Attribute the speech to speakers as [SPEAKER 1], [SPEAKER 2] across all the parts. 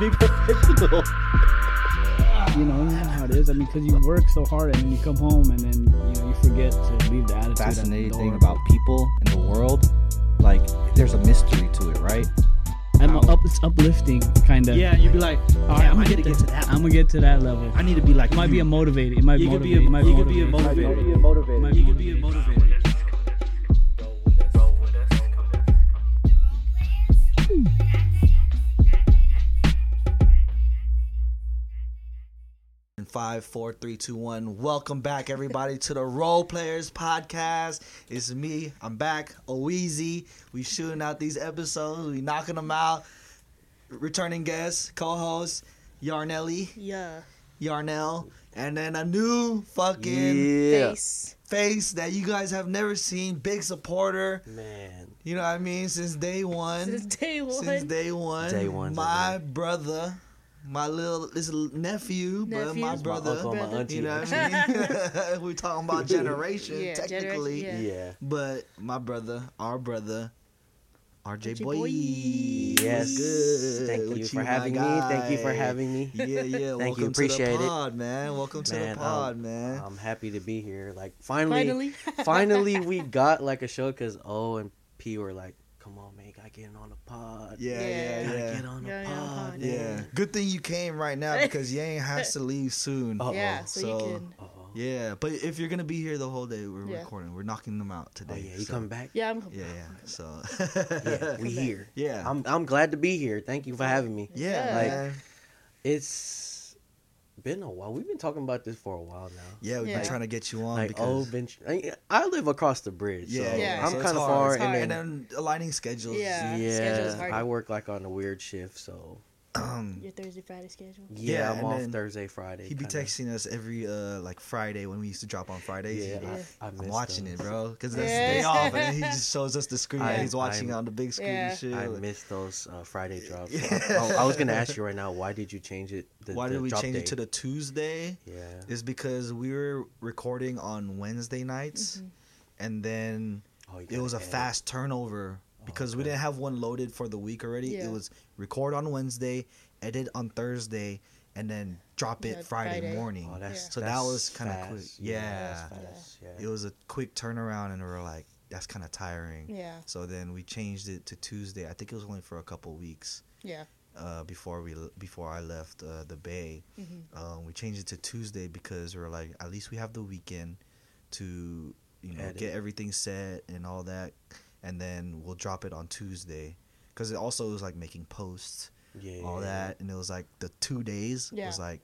[SPEAKER 1] be professional.
[SPEAKER 2] You know, you know how it is. I mean, because you work so hard and then you come home and then you know you forget to leave the attitude. at the
[SPEAKER 1] Fascinating
[SPEAKER 2] door.
[SPEAKER 1] thing about people in the world, like there's a mystery to it, right?
[SPEAKER 2] I'm up, it's uplifting, kind of.
[SPEAKER 3] Yeah, you'd be like,
[SPEAKER 2] All right, I'm
[SPEAKER 3] I
[SPEAKER 2] gonna get,
[SPEAKER 3] need to get to that.
[SPEAKER 2] I'm gonna get to that level.
[SPEAKER 3] I need to be like.
[SPEAKER 2] It might
[SPEAKER 3] you.
[SPEAKER 2] be a motivated. It might
[SPEAKER 3] You could
[SPEAKER 2] motivate.
[SPEAKER 3] be a.
[SPEAKER 2] it might
[SPEAKER 3] You could be a
[SPEAKER 2] motivate.
[SPEAKER 3] motivator.
[SPEAKER 2] It might
[SPEAKER 3] You could be a
[SPEAKER 2] motivate.
[SPEAKER 3] motivator.
[SPEAKER 4] And five, four, three, two, one. Welcome back, everybody, to the Role Players Podcast. It's me. I'm back. Oeasy. We shooting out these episodes. We knocking them out. Returning guest, co-host Yarnelli,
[SPEAKER 5] Yeah.
[SPEAKER 4] Yarnell, and then a new fucking
[SPEAKER 1] Yeah.
[SPEAKER 5] Face.
[SPEAKER 4] face that you guys have never seen. Big supporter.
[SPEAKER 3] Man,
[SPEAKER 4] You know what I mean? Since day one.
[SPEAKER 5] Since day one.
[SPEAKER 4] Since day one.
[SPEAKER 3] Day one's
[SPEAKER 4] My brother, my little this little nephew, but my
[SPEAKER 5] Nephew. My
[SPEAKER 4] brother.
[SPEAKER 3] uncle, my
[SPEAKER 5] Brother.
[SPEAKER 3] auntie.
[SPEAKER 4] You know what I mean? We're talking about generation,
[SPEAKER 5] Yeah, gener-
[SPEAKER 4] technically.
[SPEAKER 5] yeah.
[SPEAKER 3] yeah.
[SPEAKER 4] But my brother, our brother, RJ,
[SPEAKER 5] RJ
[SPEAKER 4] Boy.
[SPEAKER 5] Boy.
[SPEAKER 4] what's
[SPEAKER 3] Yes.
[SPEAKER 4] Good.
[SPEAKER 3] Thank
[SPEAKER 4] What
[SPEAKER 3] you for
[SPEAKER 4] my
[SPEAKER 3] having me. Thank you for
[SPEAKER 4] guy?
[SPEAKER 3] having me.
[SPEAKER 4] Yeah, yeah.
[SPEAKER 3] Thank
[SPEAKER 4] Welcome
[SPEAKER 3] you. Appreciate
[SPEAKER 4] to
[SPEAKER 3] it.
[SPEAKER 4] the pod, man. Welcome to
[SPEAKER 3] Man,
[SPEAKER 4] the pod,
[SPEAKER 3] um,
[SPEAKER 4] man.
[SPEAKER 3] I'm happy to be here. Like finally,
[SPEAKER 5] Finally.
[SPEAKER 3] finally, we got like a show because O and P were like, "Come on, man, I get on the pod.
[SPEAKER 4] yeah,
[SPEAKER 5] yeah,
[SPEAKER 4] yeah,
[SPEAKER 3] gotta
[SPEAKER 4] yeah.
[SPEAKER 3] get on the
[SPEAKER 5] Yeah, yeah,
[SPEAKER 3] pod.
[SPEAKER 5] yeah.
[SPEAKER 4] Yeah. Good thing you came right now because Yang has to leave soon.
[SPEAKER 3] Uh-oh.
[SPEAKER 5] yeah, so,
[SPEAKER 4] so-
[SPEAKER 5] you can.
[SPEAKER 3] Uh-oh.
[SPEAKER 4] Yeah, but if you're gonna be here the whole day, we're
[SPEAKER 5] Yeah.
[SPEAKER 4] recording. We're knocking them out today.
[SPEAKER 3] Oh yeah, you
[SPEAKER 4] so-
[SPEAKER 3] coming back?
[SPEAKER 5] Yeah, I'm.
[SPEAKER 4] Yeah, yeah. So
[SPEAKER 3] Yeah, we
[SPEAKER 5] back.
[SPEAKER 3] here.
[SPEAKER 4] yeah,
[SPEAKER 3] I'm I'm glad to be here. Thank you for having me.
[SPEAKER 4] yeah,
[SPEAKER 5] Yeah.
[SPEAKER 4] like,
[SPEAKER 3] Like- It's been a while. We've been talking about this for a while now.
[SPEAKER 4] yeah. We've
[SPEAKER 5] Yeah.
[SPEAKER 4] been trying to get you on
[SPEAKER 3] Like O
[SPEAKER 4] because
[SPEAKER 3] been, I, I live across the bridge,
[SPEAKER 4] yeah, yeah,
[SPEAKER 3] so
[SPEAKER 5] Yeah.
[SPEAKER 3] I'm
[SPEAKER 4] so it's
[SPEAKER 3] kind of
[SPEAKER 4] hard.
[SPEAKER 3] far,
[SPEAKER 5] It's hard.
[SPEAKER 4] and
[SPEAKER 3] and then
[SPEAKER 4] then aligning schedules.
[SPEAKER 5] Yeah.
[SPEAKER 3] yeah,
[SPEAKER 5] schedule's hard.
[SPEAKER 3] I work like on a weird shift, so
[SPEAKER 4] Um,
[SPEAKER 5] Your Thursday, Friday schedule.
[SPEAKER 4] Yeah,
[SPEAKER 3] yeah, I'm
[SPEAKER 4] and
[SPEAKER 3] off
[SPEAKER 4] then
[SPEAKER 3] Thursday, Friday.
[SPEAKER 4] he'd be
[SPEAKER 3] kinda.
[SPEAKER 4] texting us every uh like Friday when we used to drop on Fridays.
[SPEAKER 3] Yeah,
[SPEAKER 4] He'd be
[SPEAKER 5] Yeah.
[SPEAKER 4] like,
[SPEAKER 3] I, I
[SPEAKER 4] I'm
[SPEAKER 3] missed
[SPEAKER 4] watching
[SPEAKER 3] those.
[SPEAKER 4] it, bro, because that's his
[SPEAKER 5] Yeah.
[SPEAKER 4] day off, and he just shows us the screen
[SPEAKER 3] I-
[SPEAKER 4] that he's watching
[SPEAKER 3] I'm-
[SPEAKER 4] on the big screen
[SPEAKER 5] Yeah.
[SPEAKER 4] and shit.
[SPEAKER 3] I
[SPEAKER 4] like,
[SPEAKER 3] missed those uh, Friday drops.
[SPEAKER 4] Yeah.
[SPEAKER 3] I, I was gonna ask you right now, why did you change it? The,
[SPEAKER 4] why
[SPEAKER 3] the
[SPEAKER 4] did we
[SPEAKER 3] drop
[SPEAKER 4] change
[SPEAKER 3] date?
[SPEAKER 4] it to the Tuesday?
[SPEAKER 3] Yeah.
[SPEAKER 4] Is because we were recording on Wednesday nights,
[SPEAKER 5] Mm-hmm.
[SPEAKER 4] and then
[SPEAKER 3] Oh, you
[SPEAKER 4] it was a
[SPEAKER 3] gotta add
[SPEAKER 4] fast turnover because we
[SPEAKER 3] okay.
[SPEAKER 4] didn't have one loaded for the week already.
[SPEAKER 5] Yeah.
[SPEAKER 4] It was record on Wednesday, edit on Thursday, and then drop it
[SPEAKER 5] Yeah,
[SPEAKER 4] Friday,
[SPEAKER 5] Friday.
[SPEAKER 4] morning.
[SPEAKER 3] Oh, that's,
[SPEAKER 5] Yeah.
[SPEAKER 4] So that
[SPEAKER 3] that's
[SPEAKER 4] was kinda
[SPEAKER 3] fast.
[SPEAKER 4] quick.
[SPEAKER 3] that's
[SPEAKER 5] Yeah.
[SPEAKER 3] fast, yeah.
[SPEAKER 4] It was a quick turnaround, and we were like, that's kind of tiring.
[SPEAKER 5] Yeah,
[SPEAKER 4] So then we changed it to Tuesday. I think it was only for a couple weeks
[SPEAKER 5] yeah.
[SPEAKER 4] uh, before we before I left uh, the Bay.
[SPEAKER 5] hmm
[SPEAKER 4] Um, we changed it to Tuesday because we were like, at least we have the weekend to you know
[SPEAKER 3] Edit.
[SPEAKER 4] get everything set and all that, and then we'll drop it on Tuesday. Because it also was like making posts,
[SPEAKER 3] yeah,
[SPEAKER 4] all that, and it was like the two days
[SPEAKER 5] Yeah.
[SPEAKER 4] was like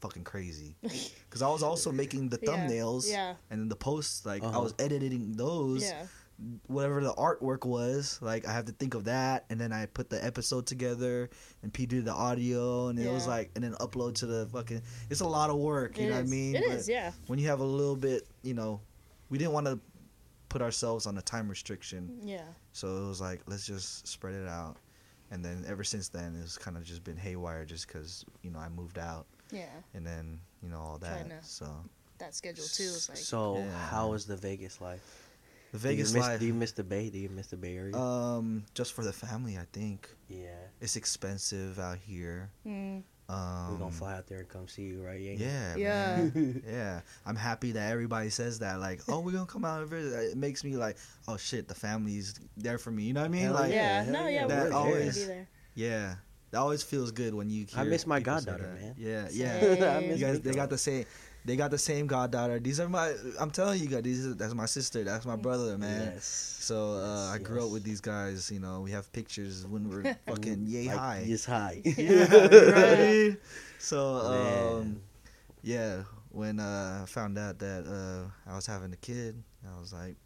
[SPEAKER 4] fucking crazy. Because I was also making the
[SPEAKER 5] Yeah,
[SPEAKER 4] thumbnails
[SPEAKER 5] yeah.
[SPEAKER 4] and then the posts, like I
[SPEAKER 3] Uh-huh.
[SPEAKER 4] was editing those,
[SPEAKER 5] Yeah,
[SPEAKER 4] whatever the artwork was. Like I have to think of that, and then I put the episode together, and P did the audio, and it was
[SPEAKER 5] Yeah.
[SPEAKER 4] like, and then upload to the fucking. It's a lot of work, you
[SPEAKER 5] It
[SPEAKER 4] know what I
[SPEAKER 5] is.
[SPEAKER 4] mean?
[SPEAKER 5] It
[SPEAKER 4] But
[SPEAKER 5] is, yeah.
[SPEAKER 4] When you have a little bit, you know, we didn't want to put ourselves on a time restriction,
[SPEAKER 5] Yeah,
[SPEAKER 4] so it was like let's just spread it out. And then ever since then, it's kind of just been haywire, just because you know I moved out,
[SPEAKER 5] yeah.
[SPEAKER 4] and then you know all that.
[SPEAKER 5] Trying to-
[SPEAKER 4] So
[SPEAKER 5] That schedule too is like.
[SPEAKER 3] so
[SPEAKER 4] Yeah.
[SPEAKER 3] how is the Vegas life?
[SPEAKER 4] the
[SPEAKER 3] Do you
[SPEAKER 4] Vegas
[SPEAKER 3] miss-
[SPEAKER 4] life,
[SPEAKER 3] Do you miss the Bay? Do you miss the Bay Area?
[SPEAKER 4] um, just for the family, I think
[SPEAKER 3] yeah,
[SPEAKER 4] it's expensive out here.
[SPEAKER 5] mm,
[SPEAKER 4] Um,
[SPEAKER 3] we're gonna fly out there and come see you, right? Yang?
[SPEAKER 4] Yeah,
[SPEAKER 5] Yeah.
[SPEAKER 4] man. yeah. I'm happy that everybody says that. Like, oh, we're gonna come out and visit. It makes me like, oh shit, the family's there for me. You know what I mean?
[SPEAKER 3] Hell
[SPEAKER 4] like, yeah.
[SPEAKER 5] yeah,
[SPEAKER 3] hell
[SPEAKER 5] no,
[SPEAKER 3] yeah,
[SPEAKER 5] yeah.
[SPEAKER 4] that
[SPEAKER 5] we're gonna
[SPEAKER 4] always-
[SPEAKER 5] be there.
[SPEAKER 4] that always feels good when you. Hear
[SPEAKER 3] I miss my
[SPEAKER 4] people say
[SPEAKER 3] goddaughter,
[SPEAKER 4] that.
[SPEAKER 3] man.
[SPEAKER 4] Yeah, yeah.
[SPEAKER 5] Same.
[SPEAKER 3] I
[SPEAKER 4] You
[SPEAKER 3] miss
[SPEAKER 4] guys,
[SPEAKER 3] Vegas.
[SPEAKER 4] they got the same. They got the same goddaughter. These are my. I'm telling you guys, these are, that's my sister. That's my brother, man.
[SPEAKER 3] Yes.
[SPEAKER 4] So uh, I
[SPEAKER 3] Yes,
[SPEAKER 4] grew up
[SPEAKER 3] yes.
[SPEAKER 4] with these guys. You know, we have pictures when we're fucking yay
[SPEAKER 3] Like,
[SPEAKER 4] high.
[SPEAKER 3] Yes, high.
[SPEAKER 4] Yeah, you know what I mean? So um,
[SPEAKER 3] Man.
[SPEAKER 4] yeah, when uh, I found out that uh, I was having a kid, I was like,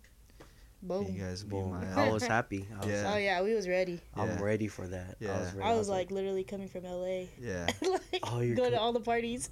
[SPEAKER 5] Boom.
[SPEAKER 4] "Can you guys be
[SPEAKER 3] Boom.
[SPEAKER 4] my?"
[SPEAKER 3] I was happy. I was,
[SPEAKER 4] Yeah.
[SPEAKER 5] Oh yeah, we was ready.
[SPEAKER 3] I'm
[SPEAKER 4] Yeah.
[SPEAKER 3] ready for that.
[SPEAKER 4] Yeah.
[SPEAKER 3] I was, ready.
[SPEAKER 5] I was like literally coming from LA.
[SPEAKER 4] yeah,
[SPEAKER 5] like
[SPEAKER 3] Oh,
[SPEAKER 5] go
[SPEAKER 3] you're
[SPEAKER 5] to
[SPEAKER 3] co-
[SPEAKER 5] all the parties.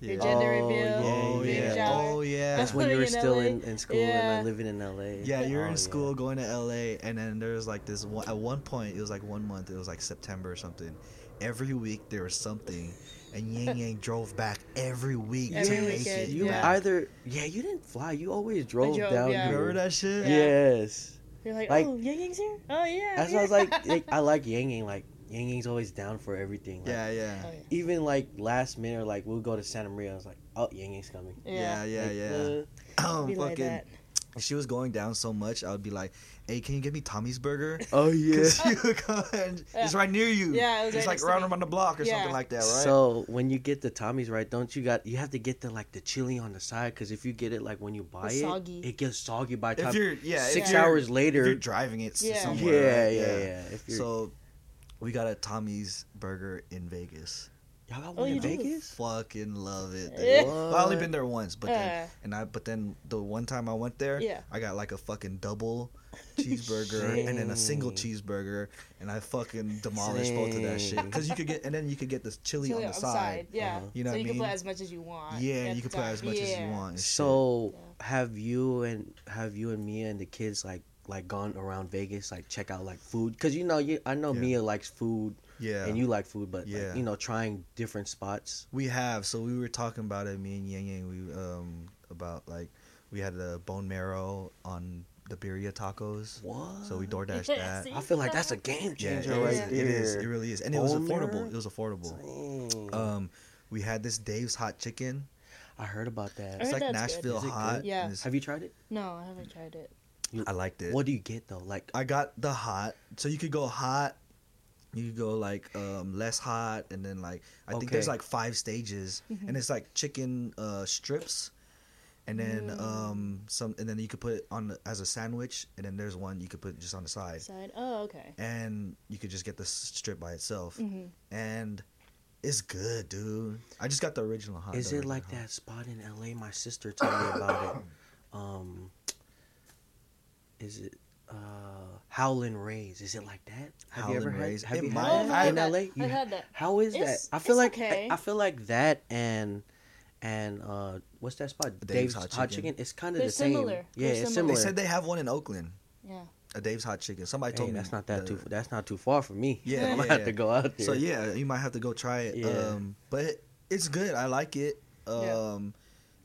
[SPEAKER 4] yeah.
[SPEAKER 5] Your gender
[SPEAKER 3] Oh,
[SPEAKER 5] reveal.
[SPEAKER 3] yeah,
[SPEAKER 4] oh
[SPEAKER 5] baby
[SPEAKER 4] yeah,
[SPEAKER 5] shower.
[SPEAKER 4] oh yeah.
[SPEAKER 3] that's when you
[SPEAKER 5] in
[SPEAKER 3] were still
[SPEAKER 5] LA.
[SPEAKER 3] in, in school and
[SPEAKER 5] Yeah.
[SPEAKER 3] I living in LA.
[SPEAKER 4] yeah, you're
[SPEAKER 3] Oh,
[SPEAKER 4] in school going to LA, and then there was like this one. At one point, it was like one month. It was like September or something. Every week there was something, and Yang Yang drove back every week
[SPEAKER 5] Every
[SPEAKER 4] to make
[SPEAKER 5] weekend,
[SPEAKER 4] it.
[SPEAKER 3] You
[SPEAKER 5] yeah.
[SPEAKER 3] either yeah, you didn't fly. You always drove,
[SPEAKER 5] drove,
[SPEAKER 3] down
[SPEAKER 5] yeah.
[SPEAKER 3] here.
[SPEAKER 4] Remember that shit?
[SPEAKER 5] Yeah.
[SPEAKER 3] Yes.
[SPEAKER 5] You're like,
[SPEAKER 3] Like-
[SPEAKER 5] oh, Yang Yang's here. Oh yeah.
[SPEAKER 3] That's why I was like, like, I like Yang Yang. Like Yang Yang's always down for everything. Like,
[SPEAKER 4] Yeah, yeah.
[SPEAKER 5] Oh,
[SPEAKER 3] Even like last minute, or like we'll go to Santa Maria. I was like, oh, Yang Yang's coming.
[SPEAKER 4] Yeah, yeah,
[SPEAKER 3] Like,
[SPEAKER 4] yeah.
[SPEAKER 3] uh,
[SPEAKER 4] Um,
[SPEAKER 5] Be like
[SPEAKER 4] fucking,
[SPEAKER 5] that.
[SPEAKER 4] if she was going down so much, I would be like, "Hey, can you get me Tommy's Burger?"
[SPEAKER 3] oh yeah.
[SPEAKER 4] 'Cause you go and it's
[SPEAKER 5] Yeah.
[SPEAKER 4] right near you.
[SPEAKER 5] Yeah, it was
[SPEAKER 4] it's
[SPEAKER 5] right
[SPEAKER 4] like
[SPEAKER 5] next to
[SPEAKER 4] around
[SPEAKER 5] me.
[SPEAKER 4] around the block or
[SPEAKER 5] Yeah.
[SPEAKER 4] something like that, right?
[SPEAKER 3] So when you get the Tommy's right, don't you got you have to get the like the chili on the side because if you get it like when you buy it,
[SPEAKER 5] soggy.
[SPEAKER 3] it gets soggy by the
[SPEAKER 4] if
[SPEAKER 3] time
[SPEAKER 4] you're yeah, if
[SPEAKER 3] uh, six
[SPEAKER 4] you're- if
[SPEAKER 3] hours
[SPEAKER 4] you're
[SPEAKER 3] later.
[SPEAKER 4] driving it s-
[SPEAKER 5] Yeah.
[SPEAKER 3] Yeah,
[SPEAKER 4] somewhere.
[SPEAKER 3] yeah,
[SPEAKER 4] right?
[SPEAKER 3] yeah, If you're,
[SPEAKER 4] So we got a Tommy's Burger in Vegas.
[SPEAKER 3] y'all got
[SPEAKER 5] Oh,
[SPEAKER 3] one in
[SPEAKER 5] you do?
[SPEAKER 3] Vegas.
[SPEAKER 4] Fucking love it. dude.
[SPEAKER 5] Yeah.
[SPEAKER 4] Well, I only
[SPEAKER 3] What?
[SPEAKER 4] been there once, but then
[SPEAKER 5] Uh.
[SPEAKER 4] and I but then the one time I went there,
[SPEAKER 5] Yeah.
[SPEAKER 4] I got like a fucking double cheeseburger and then a single cheeseburger, and I fucking demolished both of that shit
[SPEAKER 3] Dang.
[SPEAKER 4] because you could get and then you could get this chili, on the side.
[SPEAKER 5] Yeah.
[SPEAKER 3] Uh-huh.
[SPEAKER 4] You know
[SPEAKER 5] so
[SPEAKER 4] what
[SPEAKER 5] you
[SPEAKER 4] I
[SPEAKER 5] can
[SPEAKER 4] mean?
[SPEAKER 5] put as much as you want.
[SPEAKER 4] Yeah,
[SPEAKER 5] at
[SPEAKER 4] and you
[SPEAKER 5] the
[SPEAKER 4] can put
[SPEAKER 5] time.
[SPEAKER 4] as much as you
[SPEAKER 5] Yeah.
[SPEAKER 4] want. and shit.
[SPEAKER 3] So
[SPEAKER 5] Yeah.
[SPEAKER 3] have you and have you and Mia and the kids like like gone around Vegas like check out like food because you know you I know
[SPEAKER 4] Yeah.
[SPEAKER 3] Mia likes food
[SPEAKER 4] yeah,
[SPEAKER 3] and you like food but
[SPEAKER 4] Yeah.
[SPEAKER 3] like, you know trying different spots.
[SPEAKER 4] We have. So we were talking about it, me and Yang Yang. We um about like we had the bone marrow on the birria tacos.
[SPEAKER 3] What?
[SPEAKER 4] So we
[SPEAKER 5] Uh,
[SPEAKER 4] DoorDash
[SPEAKER 5] Yeah,
[SPEAKER 4] that.
[SPEAKER 5] see?
[SPEAKER 3] I feel like that's a game
[SPEAKER 4] Yeah, it
[SPEAKER 3] changer
[SPEAKER 5] Yeah.
[SPEAKER 3] right
[SPEAKER 4] is,
[SPEAKER 3] there.
[SPEAKER 4] it is. It really is, and it was
[SPEAKER 3] Bone
[SPEAKER 4] affordable.
[SPEAKER 3] marrow?
[SPEAKER 4] It was affordable.
[SPEAKER 3] Dang.
[SPEAKER 4] Um, we had this Dave's hot chicken.
[SPEAKER 3] I heard about that.
[SPEAKER 5] I
[SPEAKER 4] It's
[SPEAKER 5] heard
[SPEAKER 4] like
[SPEAKER 5] Oh, that's good.
[SPEAKER 4] Nashville
[SPEAKER 3] Is it good?
[SPEAKER 4] hot.
[SPEAKER 5] Yeah.
[SPEAKER 4] and it's-
[SPEAKER 3] Have you tried it?
[SPEAKER 5] No, I haven't tried it.
[SPEAKER 4] I liked it.
[SPEAKER 3] What do you get though? Like
[SPEAKER 4] I got the hot. So you could go hot. You could go like um, less hot, and then like I think there's
[SPEAKER 3] Okay.
[SPEAKER 4] like five stages, and it's like chicken uh, strips, and then um, some, and then you could put it on the- as a sandwich, and then there's one you could put just on the side,
[SPEAKER 5] Side. Oh, okay.
[SPEAKER 4] and you could just get the s- strip by itself,
[SPEAKER 5] Mhm.
[SPEAKER 4] and it's good, dude. I just got the original hot.
[SPEAKER 3] is
[SPEAKER 4] the
[SPEAKER 3] it like
[SPEAKER 4] original
[SPEAKER 3] that spot in LA? My sister told me about it. Um, is it uh, Howlin' Rays? Is it like that? Have you ever
[SPEAKER 4] Howlin' Rays.
[SPEAKER 3] had? Have
[SPEAKER 4] It
[SPEAKER 3] you
[SPEAKER 4] might-
[SPEAKER 3] had
[SPEAKER 5] Oh, I've
[SPEAKER 3] that
[SPEAKER 5] had
[SPEAKER 3] in
[SPEAKER 5] that.
[SPEAKER 3] LA?
[SPEAKER 5] I've
[SPEAKER 3] You-
[SPEAKER 5] had that.
[SPEAKER 3] How is
[SPEAKER 5] It's-
[SPEAKER 3] that? I feel
[SPEAKER 5] it's
[SPEAKER 3] like
[SPEAKER 5] okay.
[SPEAKER 3] I, I feel like that and and uh, what's that spot?
[SPEAKER 4] Dave's
[SPEAKER 3] Dave's,
[SPEAKER 4] Hot
[SPEAKER 3] Hot,
[SPEAKER 4] Chicken.
[SPEAKER 3] Chicken. It's kind of
[SPEAKER 5] They're
[SPEAKER 3] the same.
[SPEAKER 5] similar.
[SPEAKER 3] Yeah,
[SPEAKER 5] They're
[SPEAKER 3] it's
[SPEAKER 5] similar.
[SPEAKER 4] They
[SPEAKER 3] similar.
[SPEAKER 4] said they have one in Oakland,
[SPEAKER 5] Yeah.
[SPEAKER 4] a Dave's hot chicken. Somebody
[SPEAKER 3] Hey,
[SPEAKER 4] told me
[SPEAKER 3] that's not that
[SPEAKER 4] the-
[SPEAKER 3] too. That's not too far from me.
[SPEAKER 4] Yeah,
[SPEAKER 3] I'm
[SPEAKER 4] yeah,
[SPEAKER 3] gonna have
[SPEAKER 4] yeah.
[SPEAKER 3] to go out there.
[SPEAKER 4] So yeah, you might have to go try it.
[SPEAKER 3] Yeah.
[SPEAKER 4] Um, but it's good. I like it.
[SPEAKER 5] Yeah.
[SPEAKER 4] Um,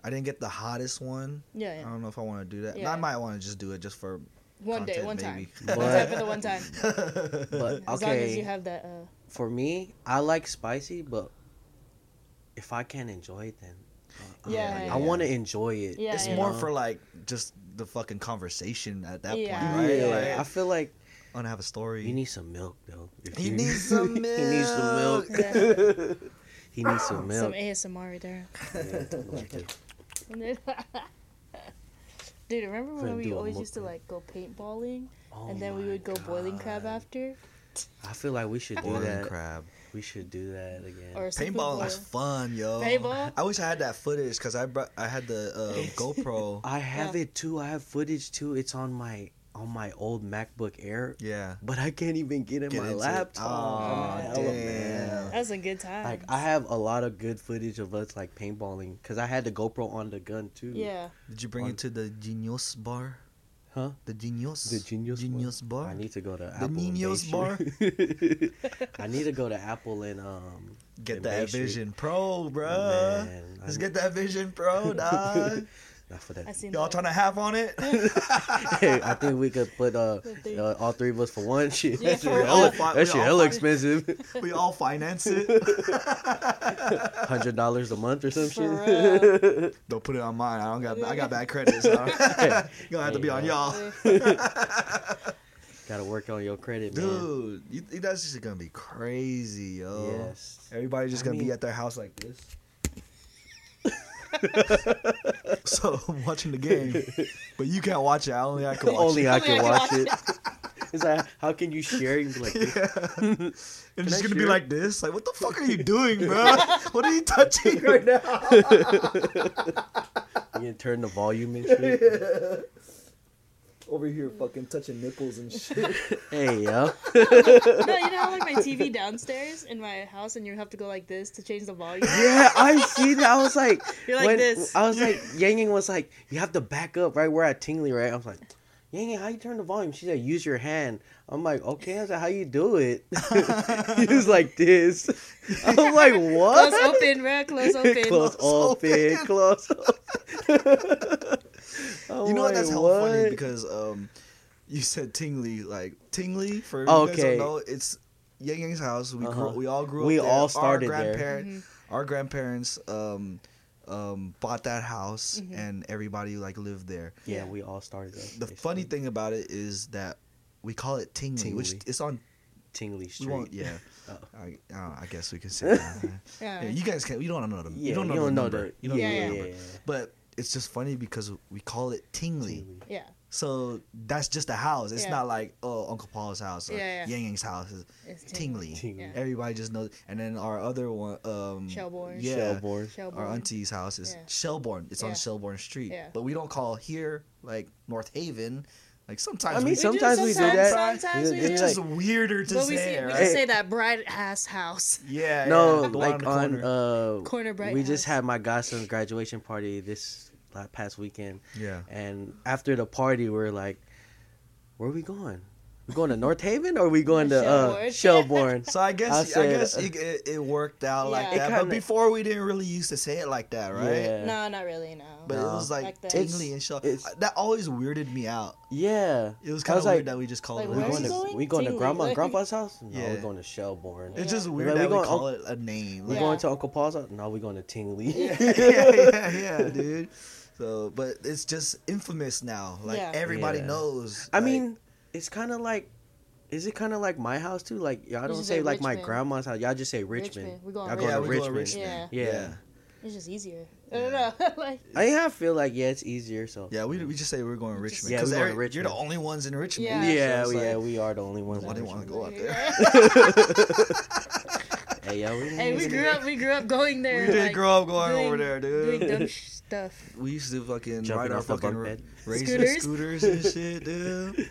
[SPEAKER 4] I didn't get the hottest one.
[SPEAKER 5] Yeah.
[SPEAKER 4] I
[SPEAKER 5] yeah.
[SPEAKER 4] don't know if I want to do that.
[SPEAKER 5] Yeah.
[SPEAKER 4] I might want to just do it just for
[SPEAKER 5] one day,
[SPEAKER 4] content,
[SPEAKER 5] one time.
[SPEAKER 4] maybe.
[SPEAKER 5] One time for the one time.
[SPEAKER 3] but okay.
[SPEAKER 5] As long as you have that. Uh,
[SPEAKER 3] for me, I like spicy, but if I can't enjoy it, then uh,
[SPEAKER 5] Yeah,
[SPEAKER 3] I,
[SPEAKER 5] yeah,
[SPEAKER 4] yeah.
[SPEAKER 3] I want to enjoy it.
[SPEAKER 5] Yeah,
[SPEAKER 4] it's
[SPEAKER 5] yeah.
[SPEAKER 4] more
[SPEAKER 3] know?
[SPEAKER 4] for like just the fucking conversation at that
[SPEAKER 5] Yeah.
[SPEAKER 4] point, right?
[SPEAKER 3] Yeah,
[SPEAKER 4] Like,
[SPEAKER 3] I feel like
[SPEAKER 4] I want to have a story.
[SPEAKER 3] you need some milk though. If
[SPEAKER 4] You need some
[SPEAKER 3] he needs some milk. he needs some
[SPEAKER 5] Some
[SPEAKER 3] milk.
[SPEAKER 5] ASMR right there.
[SPEAKER 3] Yeah.
[SPEAKER 5] Dude, remember when
[SPEAKER 3] Couldn't
[SPEAKER 5] we
[SPEAKER 3] do a
[SPEAKER 5] always used to
[SPEAKER 3] mukbang.
[SPEAKER 5] like go paintballing
[SPEAKER 3] Oh
[SPEAKER 5] and then we
[SPEAKER 3] my
[SPEAKER 5] would go boiling crab
[SPEAKER 3] God.
[SPEAKER 5] after?
[SPEAKER 3] I feel like we should do
[SPEAKER 4] Boiling
[SPEAKER 3] that.
[SPEAKER 4] crab.
[SPEAKER 3] We should do that again.
[SPEAKER 5] Or seafood
[SPEAKER 4] Paintball was
[SPEAKER 5] boil.
[SPEAKER 4] fun, yo.
[SPEAKER 5] Paintball?
[SPEAKER 4] I wish I had that footage because I brought, I had the uh, GoPro.
[SPEAKER 3] I have
[SPEAKER 5] Yeah.
[SPEAKER 3] it too. I have footage too. It's on my on my old MacBook Air,
[SPEAKER 4] Yeah.
[SPEAKER 3] but I can't even get in
[SPEAKER 4] Get
[SPEAKER 3] my
[SPEAKER 4] into it.
[SPEAKER 3] laptop.
[SPEAKER 4] Aw,
[SPEAKER 3] Hella,
[SPEAKER 4] damn.
[SPEAKER 5] That was a good time.
[SPEAKER 3] Like I have a lot of good footage of us like paintballing because I had the GoPro on the gun too.
[SPEAKER 5] yeah.
[SPEAKER 4] Did you bring
[SPEAKER 3] On-
[SPEAKER 4] it to the Genius Bar?
[SPEAKER 3] Huh?
[SPEAKER 4] The Genius.
[SPEAKER 3] The Genius Bar.
[SPEAKER 4] Genius Bar.
[SPEAKER 3] I need to go to Apple. and
[SPEAKER 4] Ninos
[SPEAKER 3] Bay
[SPEAKER 4] bar?
[SPEAKER 3] Street. I need to go to Apple and um.
[SPEAKER 4] Get
[SPEAKER 3] Bay
[SPEAKER 4] that
[SPEAKER 3] Street. Oh,
[SPEAKER 4] Vision Pro, bruh.
[SPEAKER 3] Man,
[SPEAKER 4] Let's
[SPEAKER 3] I'm-
[SPEAKER 4] get that Vision Pro, dog.
[SPEAKER 3] Not for
[SPEAKER 5] I
[SPEAKER 3] that.
[SPEAKER 5] seen
[SPEAKER 4] Y'all
[SPEAKER 5] that.
[SPEAKER 4] trying to half on it?
[SPEAKER 3] Hey, I think we could put uh,
[SPEAKER 5] Good
[SPEAKER 3] uh all three of us for one. Shit,
[SPEAKER 5] Yeah,
[SPEAKER 3] that shit
[SPEAKER 5] for
[SPEAKER 3] hella,
[SPEAKER 5] one.
[SPEAKER 4] We
[SPEAKER 3] that shit
[SPEAKER 4] all fine.
[SPEAKER 3] hella expensive.
[SPEAKER 4] we all finance it.
[SPEAKER 3] Hundred dollars a month or some
[SPEAKER 5] For
[SPEAKER 3] shit.
[SPEAKER 4] Don't put it on mine. I don't got. I got bad credit, so gonna have to be on y'all.
[SPEAKER 3] Gotta work on your credit, man.
[SPEAKER 4] Dude, you, think that's just gonna be crazy, yo.
[SPEAKER 3] Yes.
[SPEAKER 4] Everybody's just
[SPEAKER 3] I
[SPEAKER 4] gonna be
[SPEAKER 3] mean-
[SPEAKER 4] at their house like this. so I'm watching the game, but you can't watch it. I only I can watch
[SPEAKER 3] Only
[SPEAKER 4] it.
[SPEAKER 3] I can watch it. It's like, how can you share? You be like,
[SPEAKER 4] And
[SPEAKER 3] Can
[SPEAKER 4] it's
[SPEAKER 3] I
[SPEAKER 4] gonna be
[SPEAKER 3] share?
[SPEAKER 4] like this. Like, what the fuck are you doing, bro? what are you touching right now?
[SPEAKER 3] you can turn the volume and shit.
[SPEAKER 4] Over here, fucking touching nipples and shit.
[SPEAKER 3] Hey, yo.
[SPEAKER 5] no, you know how like my TV downstairs in my house, and you have to go like this to change the volume.
[SPEAKER 3] Yeah, I see that. I was like,
[SPEAKER 5] You're like this.
[SPEAKER 3] I was like, Yang Yang was like, you have to back up right where I tingly, right? I was like, Yang Yang, how you turn the volume? She said, use your hand. I'm like, okay. I was like, how you do it? he was like this. I'm like, what?
[SPEAKER 5] Close open, bro. Close open.
[SPEAKER 3] Close open.
[SPEAKER 4] open.
[SPEAKER 3] Close open.
[SPEAKER 4] You know what? That's
[SPEAKER 3] how
[SPEAKER 4] hella funny because um, you said tingly. Like tingly for you guys don't
[SPEAKER 3] Okay.
[SPEAKER 4] know, it's Yang Yang's house. We
[SPEAKER 3] Uh-huh.
[SPEAKER 4] grew, we all grew
[SPEAKER 3] We
[SPEAKER 4] up. there.
[SPEAKER 3] all started
[SPEAKER 4] our
[SPEAKER 3] there.
[SPEAKER 4] grandparent,
[SPEAKER 5] Mm-hmm.
[SPEAKER 4] Our grandparents um, um, bought that house,
[SPEAKER 5] Mhm.
[SPEAKER 4] and everybody like lived there.
[SPEAKER 3] Yeah, we all started that.
[SPEAKER 4] The funny thing about it is that we call it Tingley, which
[SPEAKER 3] Tingley.
[SPEAKER 4] it's on.
[SPEAKER 3] Tingly Street.
[SPEAKER 4] We won't. Yeah.
[SPEAKER 3] Oh.
[SPEAKER 4] I, uh, I guess we can say. that.
[SPEAKER 5] Yeah.
[SPEAKER 4] Yeah, you guys can. You don't know them.
[SPEAKER 3] Yeah,
[SPEAKER 4] you don't know, the number.
[SPEAKER 3] the-
[SPEAKER 4] You don't
[SPEAKER 5] Yeah,
[SPEAKER 4] know the
[SPEAKER 5] yeah.
[SPEAKER 4] number. But it's just funny because we call it Tingley.
[SPEAKER 3] Tingly.
[SPEAKER 5] yeah.
[SPEAKER 4] So that's just a house. It's
[SPEAKER 5] Yeah.
[SPEAKER 4] not like oh Uncle Paul's house or
[SPEAKER 5] Yeah, yeah.
[SPEAKER 4] Yang Yang's house. It's
[SPEAKER 5] It's
[SPEAKER 4] Tingly.
[SPEAKER 3] Tingly.
[SPEAKER 5] Yeah.
[SPEAKER 4] Everybody just knows. And then our other one, um,
[SPEAKER 5] Shelbourne.
[SPEAKER 4] Yeah,
[SPEAKER 3] Shelbourne.
[SPEAKER 5] Shelbourne.
[SPEAKER 4] our auntie's house is
[SPEAKER 5] Yeah.
[SPEAKER 4] Shelbourne. It's on
[SPEAKER 5] Yeah.
[SPEAKER 4] Shelbourne Street.
[SPEAKER 5] Yeah.
[SPEAKER 4] But we don't call here like North Haven. Like sometimes
[SPEAKER 3] I mean,
[SPEAKER 4] we,
[SPEAKER 5] some-
[SPEAKER 3] sometimes we do
[SPEAKER 5] sometimes-
[SPEAKER 3] that.
[SPEAKER 5] sometimes we
[SPEAKER 4] it's
[SPEAKER 5] do.
[SPEAKER 4] just weirder to
[SPEAKER 5] But we,
[SPEAKER 4] say,
[SPEAKER 5] see, we
[SPEAKER 4] right?
[SPEAKER 5] just say that bright ass house.
[SPEAKER 4] yeah,
[SPEAKER 3] no,
[SPEAKER 4] yeah, the one
[SPEAKER 3] like on,
[SPEAKER 4] corner.
[SPEAKER 3] uh,
[SPEAKER 5] Corner bright
[SPEAKER 3] we just
[SPEAKER 5] house.
[SPEAKER 3] had my godson's graduation party this la- past weekend,
[SPEAKER 4] yeah.
[SPEAKER 3] and after the party, we're like, "Where are we going? We going to North Haven or we going to uh, Shelbourne?"
[SPEAKER 4] So I guess
[SPEAKER 3] I
[SPEAKER 4] I,
[SPEAKER 3] said,
[SPEAKER 4] guess
[SPEAKER 3] uh,
[SPEAKER 4] it, it, it worked out like
[SPEAKER 5] Yeah. It
[SPEAKER 4] that. but
[SPEAKER 3] kinda-
[SPEAKER 4] before we didn't really used to say it like that, right?
[SPEAKER 3] Yeah.
[SPEAKER 5] No, not really. No.
[SPEAKER 4] But it
[SPEAKER 3] No.
[SPEAKER 4] was like
[SPEAKER 5] Like that.
[SPEAKER 4] tingly and shell.
[SPEAKER 3] It's-
[SPEAKER 4] That always weirded me out.
[SPEAKER 3] yeah,
[SPEAKER 4] It was
[SPEAKER 3] I
[SPEAKER 4] kind of
[SPEAKER 3] like,
[SPEAKER 4] weird that we just called
[SPEAKER 5] like,
[SPEAKER 4] it.
[SPEAKER 3] We
[SPEAKER 5] Where are
[SPEAKER 4] house.
[SPEAKER 3] going
[SPEAKER 5] you
[SPEAKER 3] to
[SPEAKER 5] going?
[SPEAKER 3] we going to
[SPEAKER 5] Tingly.
[SPEAKER 3] grandma and
[SPEAKER 5] Like, we-
[SPEAKER 3] grandpa's house? No,
[SPEAKER 4] Yeah.
[SPEAKER 3] we're going to Shelbourne.
[SPEAKER 4] It's
[SPEAKER 5] Yeah.
[SPEAKER 4] just
[SPEAKER 3] We're
[SPEAKER 4] weird
[SPEAKER 3] like,
[SPEAKER 4] that
[SPEAKER 3] we
[SPEAKER 4] we
[SPEAKER 3] going-
[SPEAKER 4] call it a name.
[SPEAKER 3] We're
[SPEAKER 4] Like,
[SPEAKER 5] Yeah.
[SPEAKER 3] going to Uncle Paul's house? No, we're going to Tingly.
[SPEAKER 4] yeah, yeah, yeah, dude. So, but it's just infamous now. Like
[SPEAKER 5] Yeah.
[SPEAKER 4] everybody
[SPEAKER 3] Yeah.
[SPEAKER 4] knows.
[SPEAKER 3] I
[SPEAKER 4] like,
[SPEAKER 3] mean, it's kind of like, is it kind of like my house too? Like y'all
[SPEAKER 5] You
[SPEAKER 3] don't
[SPEAKER 5] just
[SPEAKER 3] say
[SPEAKER 5] say
[SPEAKER 3] like my
[SPEAKER 5] Richmond.
[SPEAKER 3] grandma's house. Y'all just say Richmond.
[SPEAKER 5] Richmond. We go on
[SPEAKER 3] y'all
[SPEAKER 5] Richmond.
[SPEAKER 4] yeah,
[SPEAKER 3] go
[SPEAKER 4] we
[SPEAKER 3] to
[SPEAKER 4] go to
[SPEAKER 3] Richmond.
[SPEAKER 4] Richmond.
[SPEAKER 5] Yeah.
[SPEAKER 3] Yeah.
[SPEAKER 5] It's just easier. I don't know. like,
[SPEAKER 3] I mean, I feel like yeah, it's easier. So
[SPEAKER 4] Yeah, we, we just say we're going to
[SPEAKER 5] just-
[SPEAKER 4] Richmond.
[SPEAKER 3] Yeah,
[SPEAKER 4] 'cause
[SPEAKER 3] we're going to
[SPEAKER 4] every- You're the
[SPEAKER 3] Richmond.
[SPEAKER 4] only ones in Richmond.
[SPEAKER 5] Yeah.
[SPEAKER 3] yeah, yeah,
[SPEAKER 4] So it's like,
[SPEAKER 3] we are the only ones.
[SPEAKER 4] I
[SPEAKER 3] in
[SPEAKER 4] didn't want to
[SPEAKER 3] Richmond.
[SPEAKER 4] go up there.
[SPEAKER 3] Hey, yo, we,
[SPEAKER 5] hey, we grew up. We grew up going there.
[SPEAKER 4] We did
[SPEAKER 5] like,
[SPEAKER 4] grow up going
[SPEAKER 5] doing-
[SPEAKER 4] over there, dude.
[SPEAKER 5] Doing dumb sh- stuff.
[SPEAKER 4] We used to fucking
[SPEAKER 3] Jumping
[SPEAKER 4] ride our
[SPEAKER 3] off the
[SPEAKER 4] fucking
[SPEAKER 3] bunk
[SPEAKER 4] ra-
[SPEAKER 3] bed.
[SPEAKER 4] razor scooters.
[SPEAKER 5] Scooters?
[SPEAKER 4] and shit, dude.
[SPEAKER 5] Dude,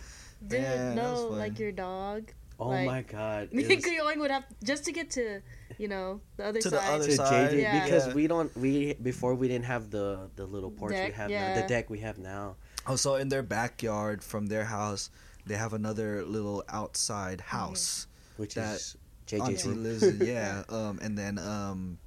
[SPEAKER 4] Yeah, that was
[SPEAKER 5] no,
[SPEAKER 4] fun.
[SPEAKER 5] like your dog.
[SPEAKER 3] Oh
[SPEAKER 5] like-
[SPEAKER 3] my god.
[SPEAKER 5] Me
[SPEAKER 3] it
[SPEAKER 5] and
[SPEAKER 3] was-
[SPEAKER 5] Kuyoing would have just to get to, you know, the other
[SPEAKER 4] To the
[SPEAKER 5] side.
[SPEAKER 4] other
[SPEAKER 3] to
[SPEAKER 4] side.
[SPEAKER 3] JJ
[SPEAKER 5] Yeah.
[SPEAKER 3] because
[SPEAKER 4] Yeah.
[SPEAKER 3] we don't we before we didn't have the the little porch
[SPEAKER 5] Deck,
[SPEAKER 3] we have now
[SPEAKER 5] yeah.
[SPEAKER 3] the deck we have now
[SPEAKER 4] Oh, so in their backyard from their house, they have another little outside
[SPEAKER 5] Mm-hmm.
[SPEAKER 4] house.
[SPEAKER 3] which
[SPEAKER 4] That
[SPEAKER 3] is JJ's
[SPEAKER 4] Auntie
[SPEAKER 3] room.
[SPEAKER 4] lives in, yeah. Um, and then um,